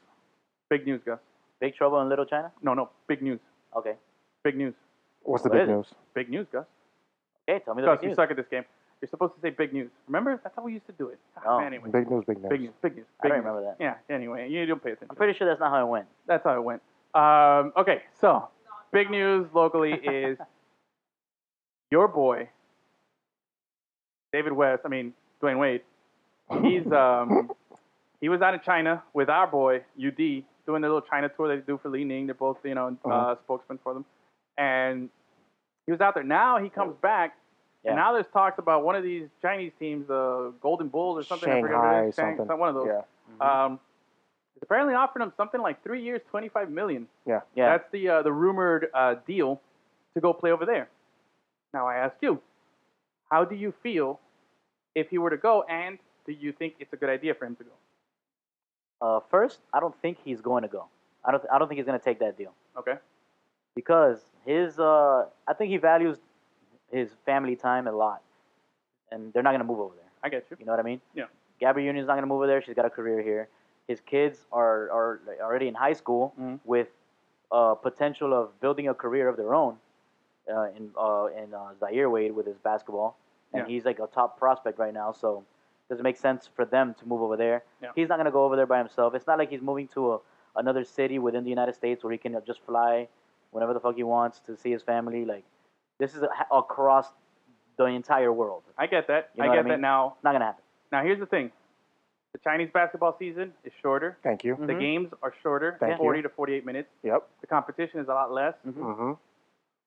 Big news, Gus. Big Trouble in Little China. No, no, big news. Okay. Big news. What's the What big is it? news? Big news, Gus. Okay, tell me the Gus, big you news. suck at this game. You're supposed to say big news. Remember? That's how we used to do it. Ah, Oh. Anyway. Big news, big news. Big news, big news. I Big don't news. remember that. Yeah, anyway, you don't pay attention. I'm pretty sure that's not how it went. That's how it went. Um, okay, so big news locally is your boy, David West. I mean Dwayne Wade. He's um, he was out in China with our boy UD doing their little China tour they do for Li Ning. They're both you know uh, spokesmen for them, and he was out there. Now he comes back. And Yeah. now there's talks about one of these Chinese teams, the Golden Bulls or something. I forget what it Shanghai, is. Shang- something. One of those. Yeah. Um, it's apparently offering him something like three years, twenty-five million. Yeah. Yeah. That's the uh, the rumored uh, deal to go play over there. Now I ask you, how do you feel if he were to go, and do you think it's a good idea for him to go? Uh, first, I don't think he's going to go. I don't. I don't think he's going to take that deal Okay. because his. Uh, I think he values his family time a lot, and they're not going to move over there. I get you. You know what I mean? Yeah. Gabby Union's not going to move over there. She's got a career here. His kids are, are already in high school Mhm. with uh, potential of building a career of their own uh, in, uh, in uh, Zaire Wade with his basketball. And Yeah. he's like a top prospect right now. So it doesn't make sense for them to move over there. Yeah. He's not going to go over there by himself. It's not like he's moving to a, another city within the United States where he can just fly whenever the fuck he wants to see his family. Like, this is a, across the entire world. I get that. You I know get what I that mean? now. Not going to happen. Now here's the thing: the Chinese basketball season is shorter. Thank you. Mm-hmm. The games are shorter, Thank you. 40 to 48 minutes. Yep. The competition is a lot less. Mm-hmm.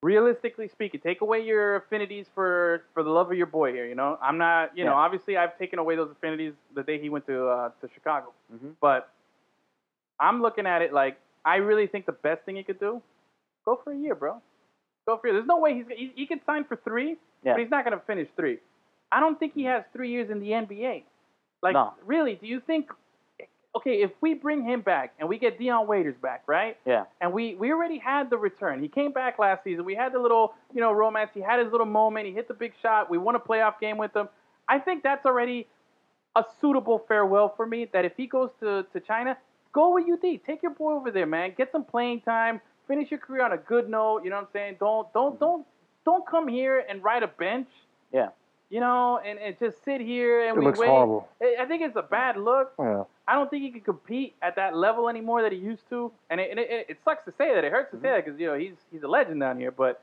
realistically speaking, take away your affinities for for the love of your boy here. You know, I'm not. You know, Yeah. obviously, I've taken away those affinities the day he went to uh, to Chicago. Mhm. But I'm looking at it like I really think the best thing he could do, go for a year, bro. Go for a year. There's no way he's he, he could sign for three, Yeah. but he's not gonna finish three. I don't think he has three years in the NBA. Like, No. really? Do you think? Okay, if we bring him back and we get Deion Waiters back, right? Yeah. And we, we already had the return. He came back last season. We had the little, you know, romance. He had his little moment. He hit the big shot. We won a playoff game with him. I think that's already a suitable farewell for me that if he goes to, to China, go with UD. Take your boy over there, man. Get some playing time. Finish your career on a good note. You know what I'm saying? Don't Mm-hmm. don't don't don't come here and ride a bench. Yeah. You know, and, and just sit here and It we looks wait. horrible. I I think it's a bad look. Yeah. I don't think he can compete at that level anymore that he used to. And it, and it, it sucks to say that. It hurts to Mm-hmm. say that because you know he's he's a legend down here. But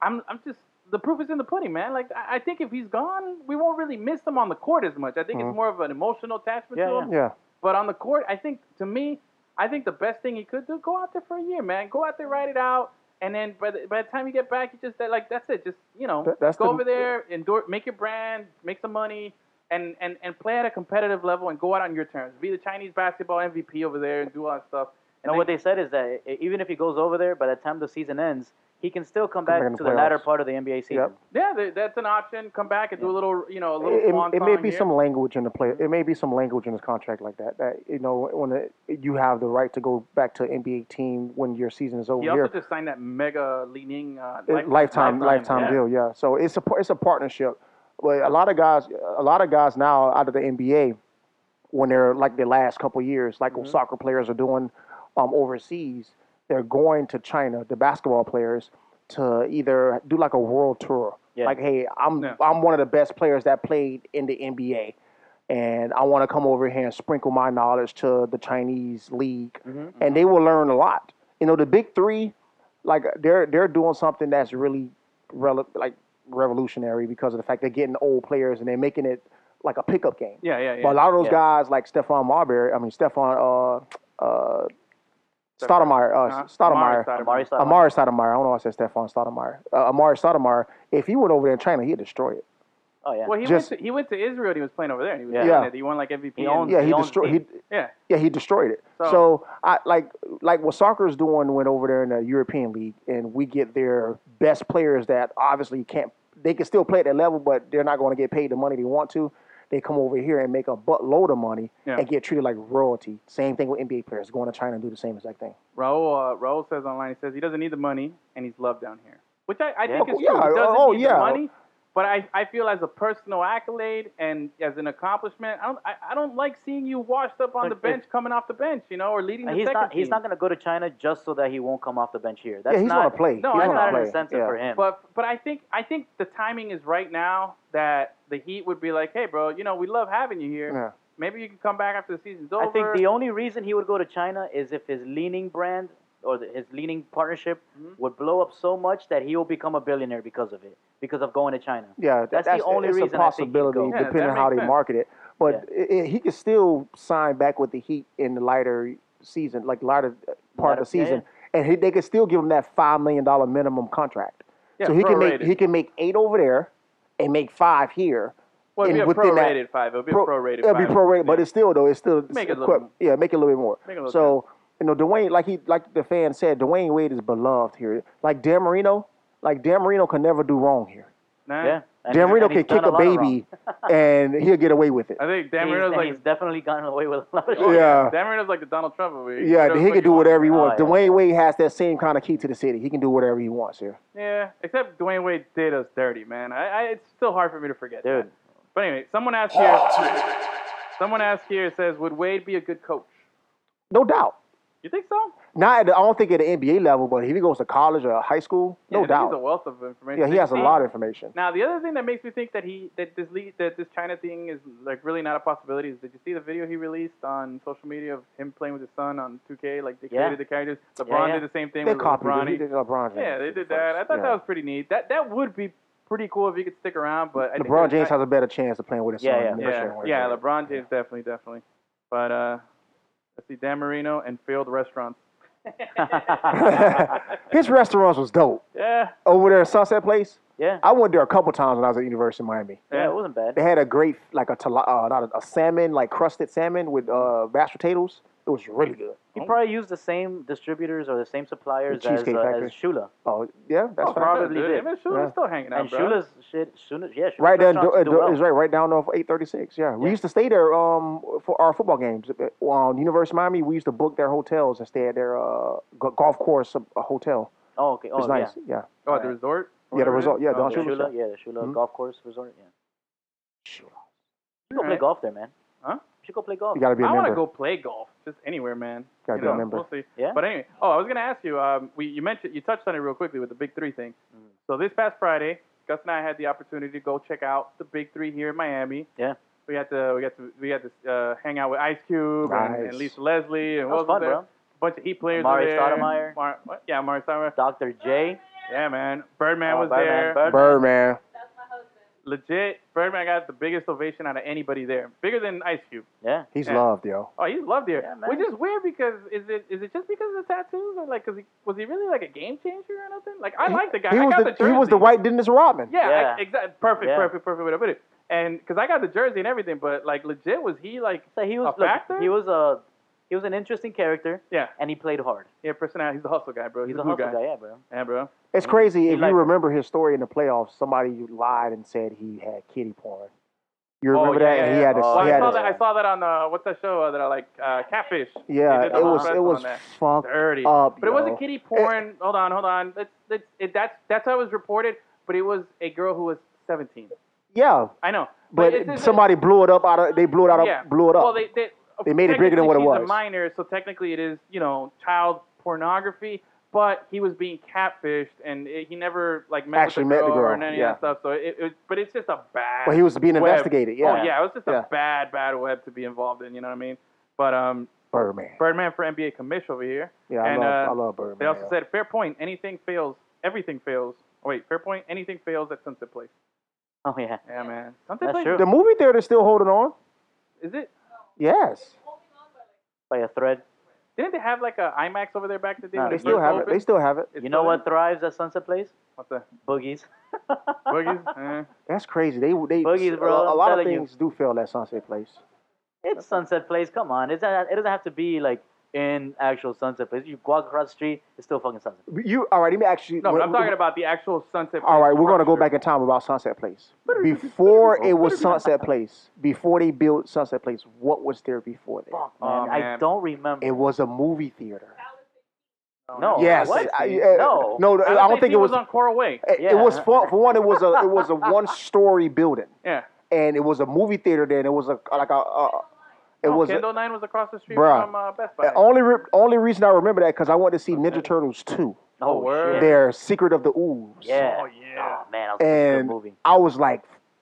I'm I'm just the proof is in the pudding, man. Like I, I think if he's gone, we won't really miss him on the court as much. I think it's more of an emotional attachment Mm-hmm. Yeah, to him. Yeah. But on the court, I think to me, I think the best thing he could do go out there for a year, man. Go out there, ride it out, and then by the, by the time you get back, you just that like that's it. Just you know, That- that's go the- over there, endure, make your brand, make some money, and, and and play at a competitive level and go out on your terms. Be the Chinese basketball MVP over there and do all that stuff. And No, then- what they said is that e- even if he goes over there, by the time the season ends, he can still come back back in the to the latter playoffs. part of the NBA season. Yep. yeah, they, that's an option. Come back and do a little, you know, a little. swan It, it may song be here. some language in the play. It may be some language in his contract like that. That you know when it, you have the right to go back to NBA team when your season is over He here. also just signed that mega leaning uh, It- lifetime, lifetime, yeah. deal. Yeah. So it's a par- it's a partnership. But a lot of guys, a lot of guys now out of the NBA, when they're like the last couple years, like Mm-hmm. what soccer players are doing um, overseas, they're going to China. The basketball players to either do like a world tour. Yeah. Like, hey, I'm Yeah. I'm one of the best players that played in the NBA. And I want to come over here and sprinkle my knowledge to the Chinese league, and they will learn a lot. You know, the big three, like they're they're doing something that's really rele- like revolutionary because of the fact they're getting old players and they're making it like a pickup game. Yeah, yeah, yeah. But a lot of those Yeah. guys, like Stephon Marbury, I mean Stephon, uh, uh, Stoudemire. Uh, Uh-huh. Stoudemire. Amari Stoudemire. Amari Stoudemire. I don't know why I said Stephon Stoudemire. Uh, Amari Stoudemire. If he went over there in China, he'd destroy it. Oh yeah. Well, he Just- went to, he went to Israel. and He was playing over there. And he was Yeah. yeah. Yeah. He won like MVP. He and- owns- Yeah, he owned the destroyed. team. He yeah. yeah he destroyed it. So- So, I like like what soccer's doing when over there in the European League, and we get their best players that obviously can't. They can still play at that level, but they're not going to get paid the money they want to. They come over here and make a buttload of money Yeah. and get treated like royalty. Same thing with NBA players going to China and do the same exact thing. Raul uh, Raul says online. He says he doesn't need the money and he's loved down here, which I, I Yeah. think is Yeah, true. He doesn't oh, need the yeah. money, but I, I feel as a personal accolade and as an accomplishment, I don't I, I don't like seeing you washed up on But the bench, coming off the bench, you know, or leading the he's second not. He's team. not gonna go to China just so that he won't come off the bench here. That's yeah, he's not. going to play. No, he's I That's gonna not an play. incentive Yeah. for him. But but I think I think the timing is right now that the Heat would be like, hey, bro, you know, we love having you here. Yeah. Maybe you can come back after the season's I over. think the only reason he would go to China is if his leaning brand or the, his leaning partnership Mm-hmm. would blow up so much that he will become a billionaire because of it, because of going to China. Yeah, that- That's the only it's reason a I think he'd possibility, go. Yeah, that depending on how makes they sense. market it. But i i he could still sign back with the Heat in the lighter season, like lighter uh, part of the Lighter- yeah, season, and he, they could still give him that five million dollar minimum contract. Yeah, so he can make prorated. he can make eight over there, and make five here. well, it'd be and a within that- prorated five. It'd be pro- a prorated. It'll be five. prorated, but Yeah. it's still though it's still Make it a it's little- equi- yeah, make it a little bit more. Make it a little so you know, Dwayne like he like the fans said, Dwayne Wade is beloved here. Like Dan Marino, like Dan Marino can never do wrong here. Nah. Yeah. And Dan he's- Marino and he's can kick done a lot of wrong. baby and he'll get away with it. I think Dan He's, Marino's and like he's definitely gotten away with a lot of shit. Yeah. Dan Marino's like the Donald Trump over here. Uh, Yeah, does he can do he wants. whatever he wants. Oh, yeah. Dwayne Wade has that same kind of key to the city. He can do whatever he wants here. Yeah, except Dwayne Wade did us dirty, man. I, I it's still hard for me to forget. Dude. That. But anyway, someone asked here. Someone asked here says, would Wade be a good coach? No doubt. You think so? Not at the, I don't think at the NBA level, but if he goes to college or high school, no Yeah, He's a doubt. wealth of information. Yeah, he has a See, lot of information. Now the other thing that makes me think that he that this lead, that this China thing is like really not a possibility is did you see the video he released on social media of him playing with his son on 2K like they Yeah. created the characters. LeBron yeah. did the same thing They with copied LeBron. it. He did LeBron James. Yeah, they did that. I thought that was pretty neat. That that would be pretty cool if you could stick around. But I think LeBron there's James not- has a better chance of playing with his Yeah, yeah. son. than yeah, Michigan with yeah, him. LeBron James definitely, definitely. But uh, let's see, Dan Marino and failed restaurants. his restaurants was dope Yeah, over there at Sunset Place. yeah. I went there a couple times when I was at University of Miami. Yeah, it wasn't bad. They had a great like a tala, uh, not a, a salmon like crusted salmon with uh, mashed potatoes. It was really good. He probably used the same distributors or the same suppliers Oh. The as, uh, Cheesecake Factory. as Shula. Oh yeah, that's fine. probably dude, did. I mean, Shula's Yeah. still hanging out, and bro. Shula's shit, Shula, yeah, Shula's Right there, do, restaurants uh, do do- well. is right right down off 836. Yeah, we used to stay there um for our football games. Uh, On University of Miami, we used to book their hotels and stay at their uh, go- golf course uh, hotel. Oh, okay. Oh, It's nice. yeah. Yeah. oh, at the resort. Yeah, the Whatever it is. resort. Yeah, Oh, Don The Shula's Shula, yeah, the Shula Hmm? golf course resort. Yeah. You go play Alright. golf there, man. Huh? You should go play golf. You gotta be a I want member. to go play golf, just anywhere, man. Gotta you be a know, member. We'll see. Yeah. But anyway, oh, I was gonna ask you. Um, we you mentioned you touched on it real quickly with the Big Three thing. Mm-hmm. So this past Friday, Gus and I had the opportunity to go check out the Big Three here in Miami. Yeah. We had to we got to we got to uh, hang out with Ice Cube and, and Nice. Lisa Leslie and That what was was fun, there? bro. bunch of Heat players Amari were there. Stoudemire. Mar- what? yeah, Amari Stoudemire. Dr. J. Yeah, man. Birdman Oh, was Birdman, there. Birdman. Birdman. That's my husband. Legit, Birdman got the biggest ovation out of anybody there, bigger than Ice Cube. Yeah. He's Yeah. loved, yo. Oh, he's loved here, Yeah, man. which is weird because is it is it just because of the tattoos or like 'cause he, was he really like a game changer or nothing? Like I like the guy. He I was got the, he was jersey. the white Dennis Rodman. Yeah, Yeah. exactly. Perfect, Yeah. perfect, perfect way to put it. And because I got the jersey and everything, but like legit, was he like So he was A look, factor? he was a he was an interesting character. Yeah. And he played hard. yeah personality? He's the hustle guy, bro. He's the a glue hustle guy. yeah, bro. Yeah, bro. It's crazy if liked you it. remember his story in the playoffs. Somebody lied and said he had kitty porn. You remember oh, yeah, that? Yeah, and he yeah. had a, Oh, well, he I had saw a, that. I saw that on uh, what's that show uh, that I like? Uh, Catfish. They yeah. did It the whole was it wrestle on was that. fucked dirty. up. But it yo. wasn't kitty porn. hold on, hold on. That's that's it, that's that's how it was reported. But it was a girl who was 17. Yeah, I know, but it's- it's- somebody blew it up out of they blew it out of yeah. blew it up. Well, they they, They made it bigger than what it technically she's was. A minor, so technically it is you know child pornography. But he was being catfished, and it, he never like met Actually with met the the girl, or girl, any yeah. of that stuff. So it, it but it's just a bad. Well, he was being web. investigated. Yeah, Oh yeah, it was just Yeah. a bad bad web to be involved in. You know what I mean? But um, Birdman. Birdman for NBA commish over here. Yeah, I and, love uh, I love Birdman. They also yeah. said, fair point, anything fails, everything fails. Oh, wait, fair point, anything fails at Sunset Place. Oh yeah. Yeah, man. Sunset That's Place? true. the movie theater's still holding on. Is it? Yes, By a thread. Didn't they have like a IMAX over there back in the day? No, when They it still first have it. opened? They still have it. It's You know still what there? thrives at Sunset Place? What's that? Boogies. Boogies? Eh. That's crazy. They they Boogies, bro, A, a I'm lot of telling you. things do fail at Sunset Place. It's Sunset Place. Come on, it's not, it doesn't have to be like in actual Sunset Place. You walk across the street, it's still fucking Sunset. You all right? Let me actually. No, but I'm talking about the actual sunset. All right, we're gonna go Park. back in time about Sunset Place. Before it was Sunset Place, before they built Sunset Place, what was there before there? Fuck, man, Oh, I man. don't remember. It was a movie theater. Oh, no, yes. what? I, uh, no, No, I don't think it was. on Coral Way. it, Yeah. it was for, for one. It was a it was a one story building, Yeah. and it was a movie theater. Then it was a like a. a it No, was a, Oh, Kendall Nine was across the street Bruh. from uh, Best Buy. the only re- only reason I remember that because I wanted to see Ninja Turtles two, Oh, word. shit. their Secret of the Ooze. Yeah. Oh, yeah. Oh man, I was a good and movie. I was like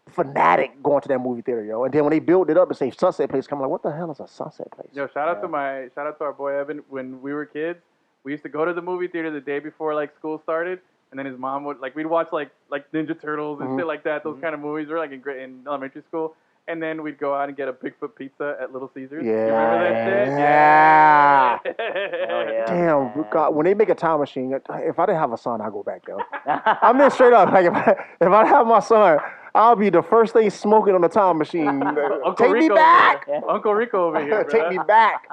fanatic going to that movie theater, yo. And then when they built it up and say Sunset Place, I'm like, what the hell is a Sunset Place? Yo, shout out to my shout out to our boy Evan. When we were kids, we used to go to the movie theater the day before like school started, and then his mom would like we'd watch like like Ninja Turtles Mm-hmm. and shit like that. Those kind of movies were like in gra- in elementary school, and then we'd go out and get a Bigfoot pizza at Little Caesars. You remember that shit? Ah. Yeah. Oh, yeah. Damn, God, when they make a time machine, if I didn't have a son, I'd go back, yo. I'm just straight up. Like, if I, if I have my son, I'll be the first thing smoking on the time machine. Uncle Take me Rico over back! here. Uncle Rico over here. Take bruh. me back.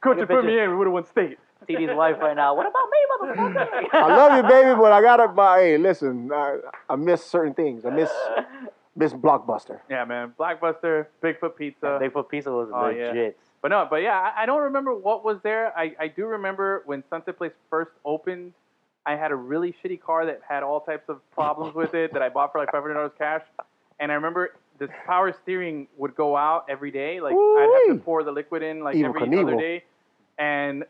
Coach, you put picture. me in. We would have won state. TD's wife right now. What about me, motherfucker? I love you, baby, but I gotta. My, hey, listen, I, I miss certain things. I miss miss Blockbuster. Yeah, man. Blockbuster, Bigfoot Pizza. Bigfoot Pizza was Oh, yeah. legit. But no, but yeah, I, I don't remember what was there. I, I do remember when Sunset Place first opened, I had a really shitty car that had all types of problems with it that I bought for like five hundred dollars cash. And I remember the power steering would go out every day. Like I'd have Woo-wee. to pour the liquid in like Evil every other Knievel. day. And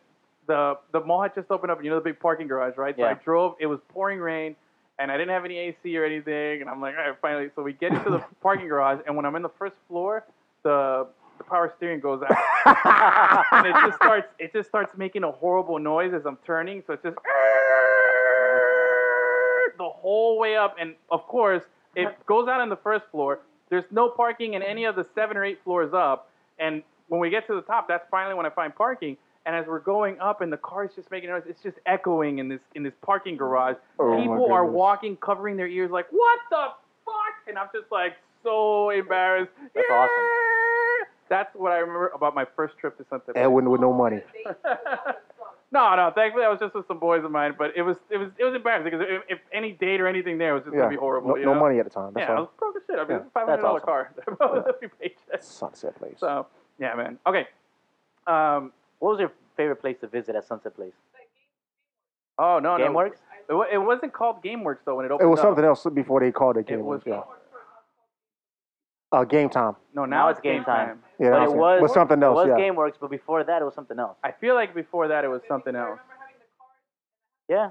the the mall had just opened up, and you know the big parking garage, right? So Yeah. I drove. It was pouring rain, and I didn't have any AC or anything. And I'm like, all right, finally. So we get into the parking garage, and when I'm in the first floor, the the power steering goes out and it just starts it just starts making a horrible noise as I'm turning. So it's just the whole way up, and of course it goes out on the first floor. There's no parking in any of the seven or eight floors up, and when we get to the top, that's finally when I find parking. And as we're going up, and the car's just making noise, it's just echoing in this in this parking garage. Oh, my People are goodness. walking, covering their ears, like what the fuck? And I'm just like so embarrassed. That's awesome. That's what I remember about my first trip to Sunset. Place. Edwin with no money. No, no. Thankfully, I was just with some boys of mine, but it was it was it was embarrassing because if, if any date or anything there was just Yeah, gonna be horrible. no, you no know? money at the time. That's Yeah, I all. was broke as shit. I mean, it's a five hundred that's dollar car. awesome. That was a few paychecks. Sunset Place. So yeah, man. Okay. Um. What was your favorite place to visit at Sunset Place? Oh no, no. GameWorks? It, wa- it wasn't called GameWorks though when it opened. It was up. something else before they called it game. was- yeah. Uh, game time. No, now, Now it's Game Time. Yeah, but that it was, was but something else. It was yeah. GameWorks, but before that, it was something else. I feel like before that it was something else. Yeah.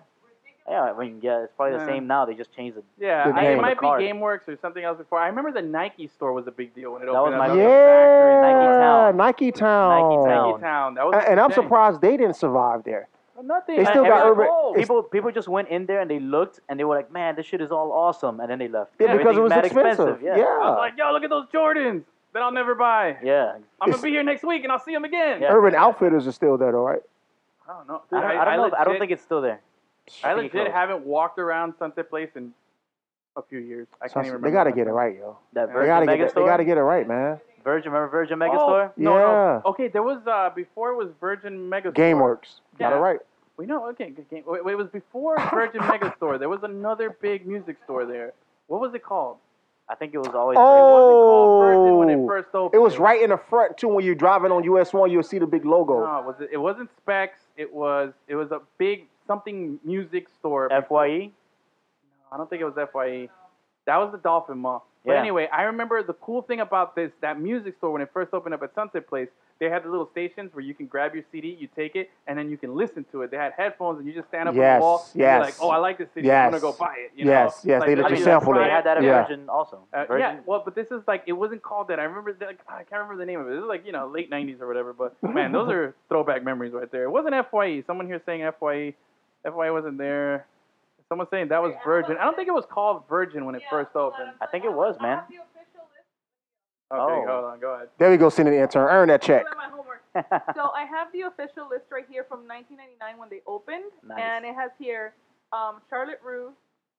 Yeah, I mean, yeah, it's probably Yeah. the same now. They just changed it. Yeah, The I, name it of might the be card. GameWorks or something else before. I remember the Nike store was a big deal when it That opened. was my- up. Nike yeah, Town. Nike Town. Nike Town. Nike Town. That was And, and I'm thing. surprised they didn't survive there. Nothing. They still I- got I- urban- oh, it's- People, people just went in there and they looked and they were like, "Man, this shit is all awesome," and then they left. Yeah, because it Everything's was mad expensive. Yeah. I was like, yo, look at those Jordans that I'll never buy. Yeah. I'm gonna be here next week and I'll see them again. Yeah. Urban Outfitters are still there, though, right? I don't know. I don't, I don't know. if- I don't think it's still there. I pretty legit close. haven't walked around Sunset Place in a few years. I can't even Sunset- remember. they gotta when I- get it right, yo. They That They Virgin gotta get Megastore. it. They gotta get it right, man. Virgin, remember Virgin Megastore? Oh, Store? No, no. Yeah. Okay, there was uh, before it was Virgin Megastore. GameWorks got Yeah. it right. We know. Okay, good game. Wait, wait, it was before Virgin Megastore. There was another big music store there. What was it called? I think it was always. called Virgin when it Oh, first opened. it was right in the front too. When you're driving on US One, you'll see the big logo. No, was it, it wasn't Specs. It was it was a big something music store. Virgin. E. Fye. I don't think it was FYE. That was the Dolphin Mall. But Yeah. anyway, I remember the cool thing about this that music store when it first opened up at Sunset Place, they had the little stations where you can grab your CD, you take it, and then you can listen to it. They had headphones, and you just stand up on Yes, the wall. And you're yes. like, oh, I like this CD. I'm gonna Yes. go buy it. You know? Yes, yes, Like, they let I you mean, sample that's They it. why- had that at Yeah. Virgin also. Uh, Virgin. yeah, well, but this is like it wasn't called that. I remember, that, like, I can't remember the name of it. This is like you know late '90s or whatever. But man, those are throwback memories right there. It wasn't Fye. Someone here saying E. Fye, Fye wasn't there. Someone saying that was Virgin. I don't think it was called Virgin when it first opened. I think it was, man. Okay, Oh. hold on, go ahead. There we go, sending the intern. Earn that check. my homework. so I have the official list right here from 1999 when they opened, Nice. and it has here um, Charlotte Rue,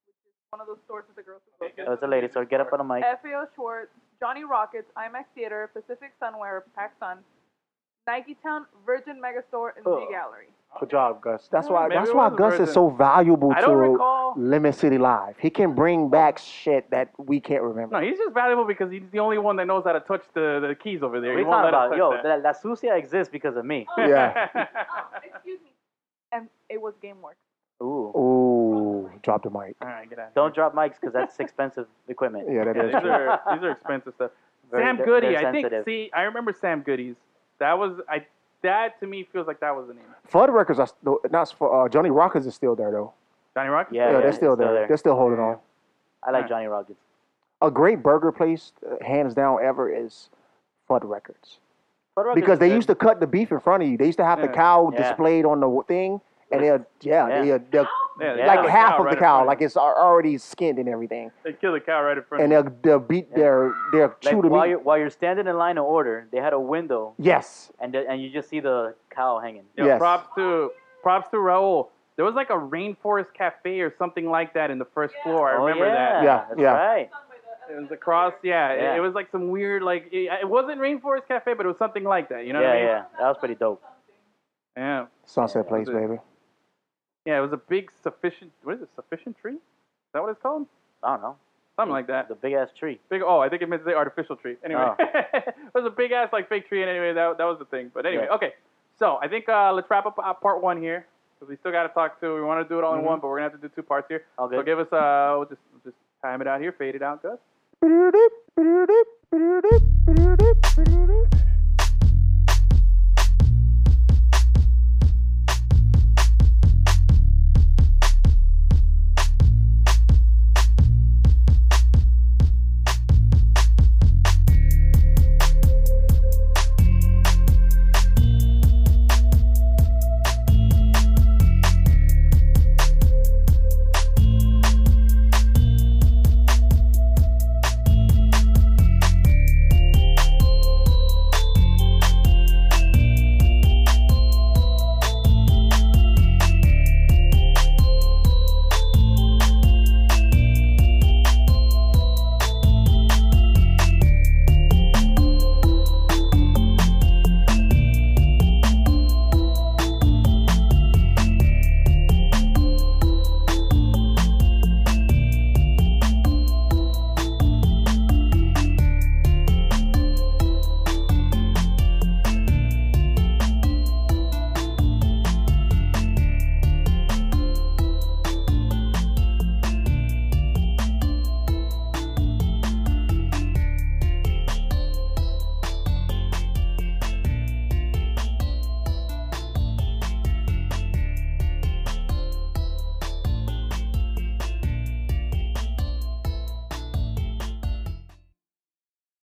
which is one of those stores that the girls would go That was a lady, so get up on the mic. to. FAO Schwartz, Johnny Rockets, IMAX Theater, Pacific Sunwear, Pac Sun, Nike Town, Virgin Megastore, and Oh. Z Gallery. Good job, Gus. That's why. Maybe that's it why was a Gus is virgin. so valuable I don't to recall. Oh. Lemon City Live. He can bring back shit that we can't remember. No, he's just valuable because he's the only one that knows how to touch the, the keys over there. We he won't talking let us about, touch yo, that. La, La Sucia exists because of me. Yeah. Oh, excuse me. And it was GameWorks. Ooh. Ooh, drop the mic. All right, get out. of here. Don't drop mics because that's expensive equipment. Yeah, that Yeah, is these true. are these are expensive stuff. Very- Sam they're- Goody, they're I think. sensitive. See, I remember Sam Goody's. That was I. That to me feels like that was the name. Flood records are still, not for uh, Johnny Rockers is still there though. Johnny Rockets. Yeah, Yeah, yeah, they're still it's still there. there. They're still holding on. I like Johnny Rockets. A great burger place, uh, hands down, ever is Flood Records But Rockets because is they good. used to cut the beef in front of you. They used to have Yeah. the cow Yeah. displayed on the w- thing, and they'll yeah, Yeah. they'll, they'll Yeah, they Yeah. like kill the half of right the in cow, front like it's al- already skinned and everything, They kill the cow right in front. and of they'll they'll beat their their Like, chew to while meat. you're while you're standing in line to order, they had a window Yes, and the- and you just see the cow hanging. you. Yo, yes. Props to props to Raul. There was like a rainforest cafe or something like that in the first floor. I Oh, remember yeah, that. Yeah, that's yeah. right. It was across. Yeah, Yeah. It, it was like some weird like it, it wasn't rainforest cafe, but it was something like that. You know yeah, what I mean? yeah, that was pretty dope. Yeah. Sunset Place, was it? baby. Yeah. It was a big sufficient. What is it? Sufficient tree? Is that what it's called? I don't know. Something like that. The big ass tree. Big oh, I think it meant to say artificial tree. Anyway, Oh. it was a big ass like fake tree, and anyway, that, that was the thing. But anyway, Yeah. okay. So I think uh, let's wrap up uh, part one here because we still got to talk to. We want to do it all in one, but we're gonna have to do two parts here. Mm-hmm. All So good. give us uh, we'll just we'll just time it out here, fade it out, Gus.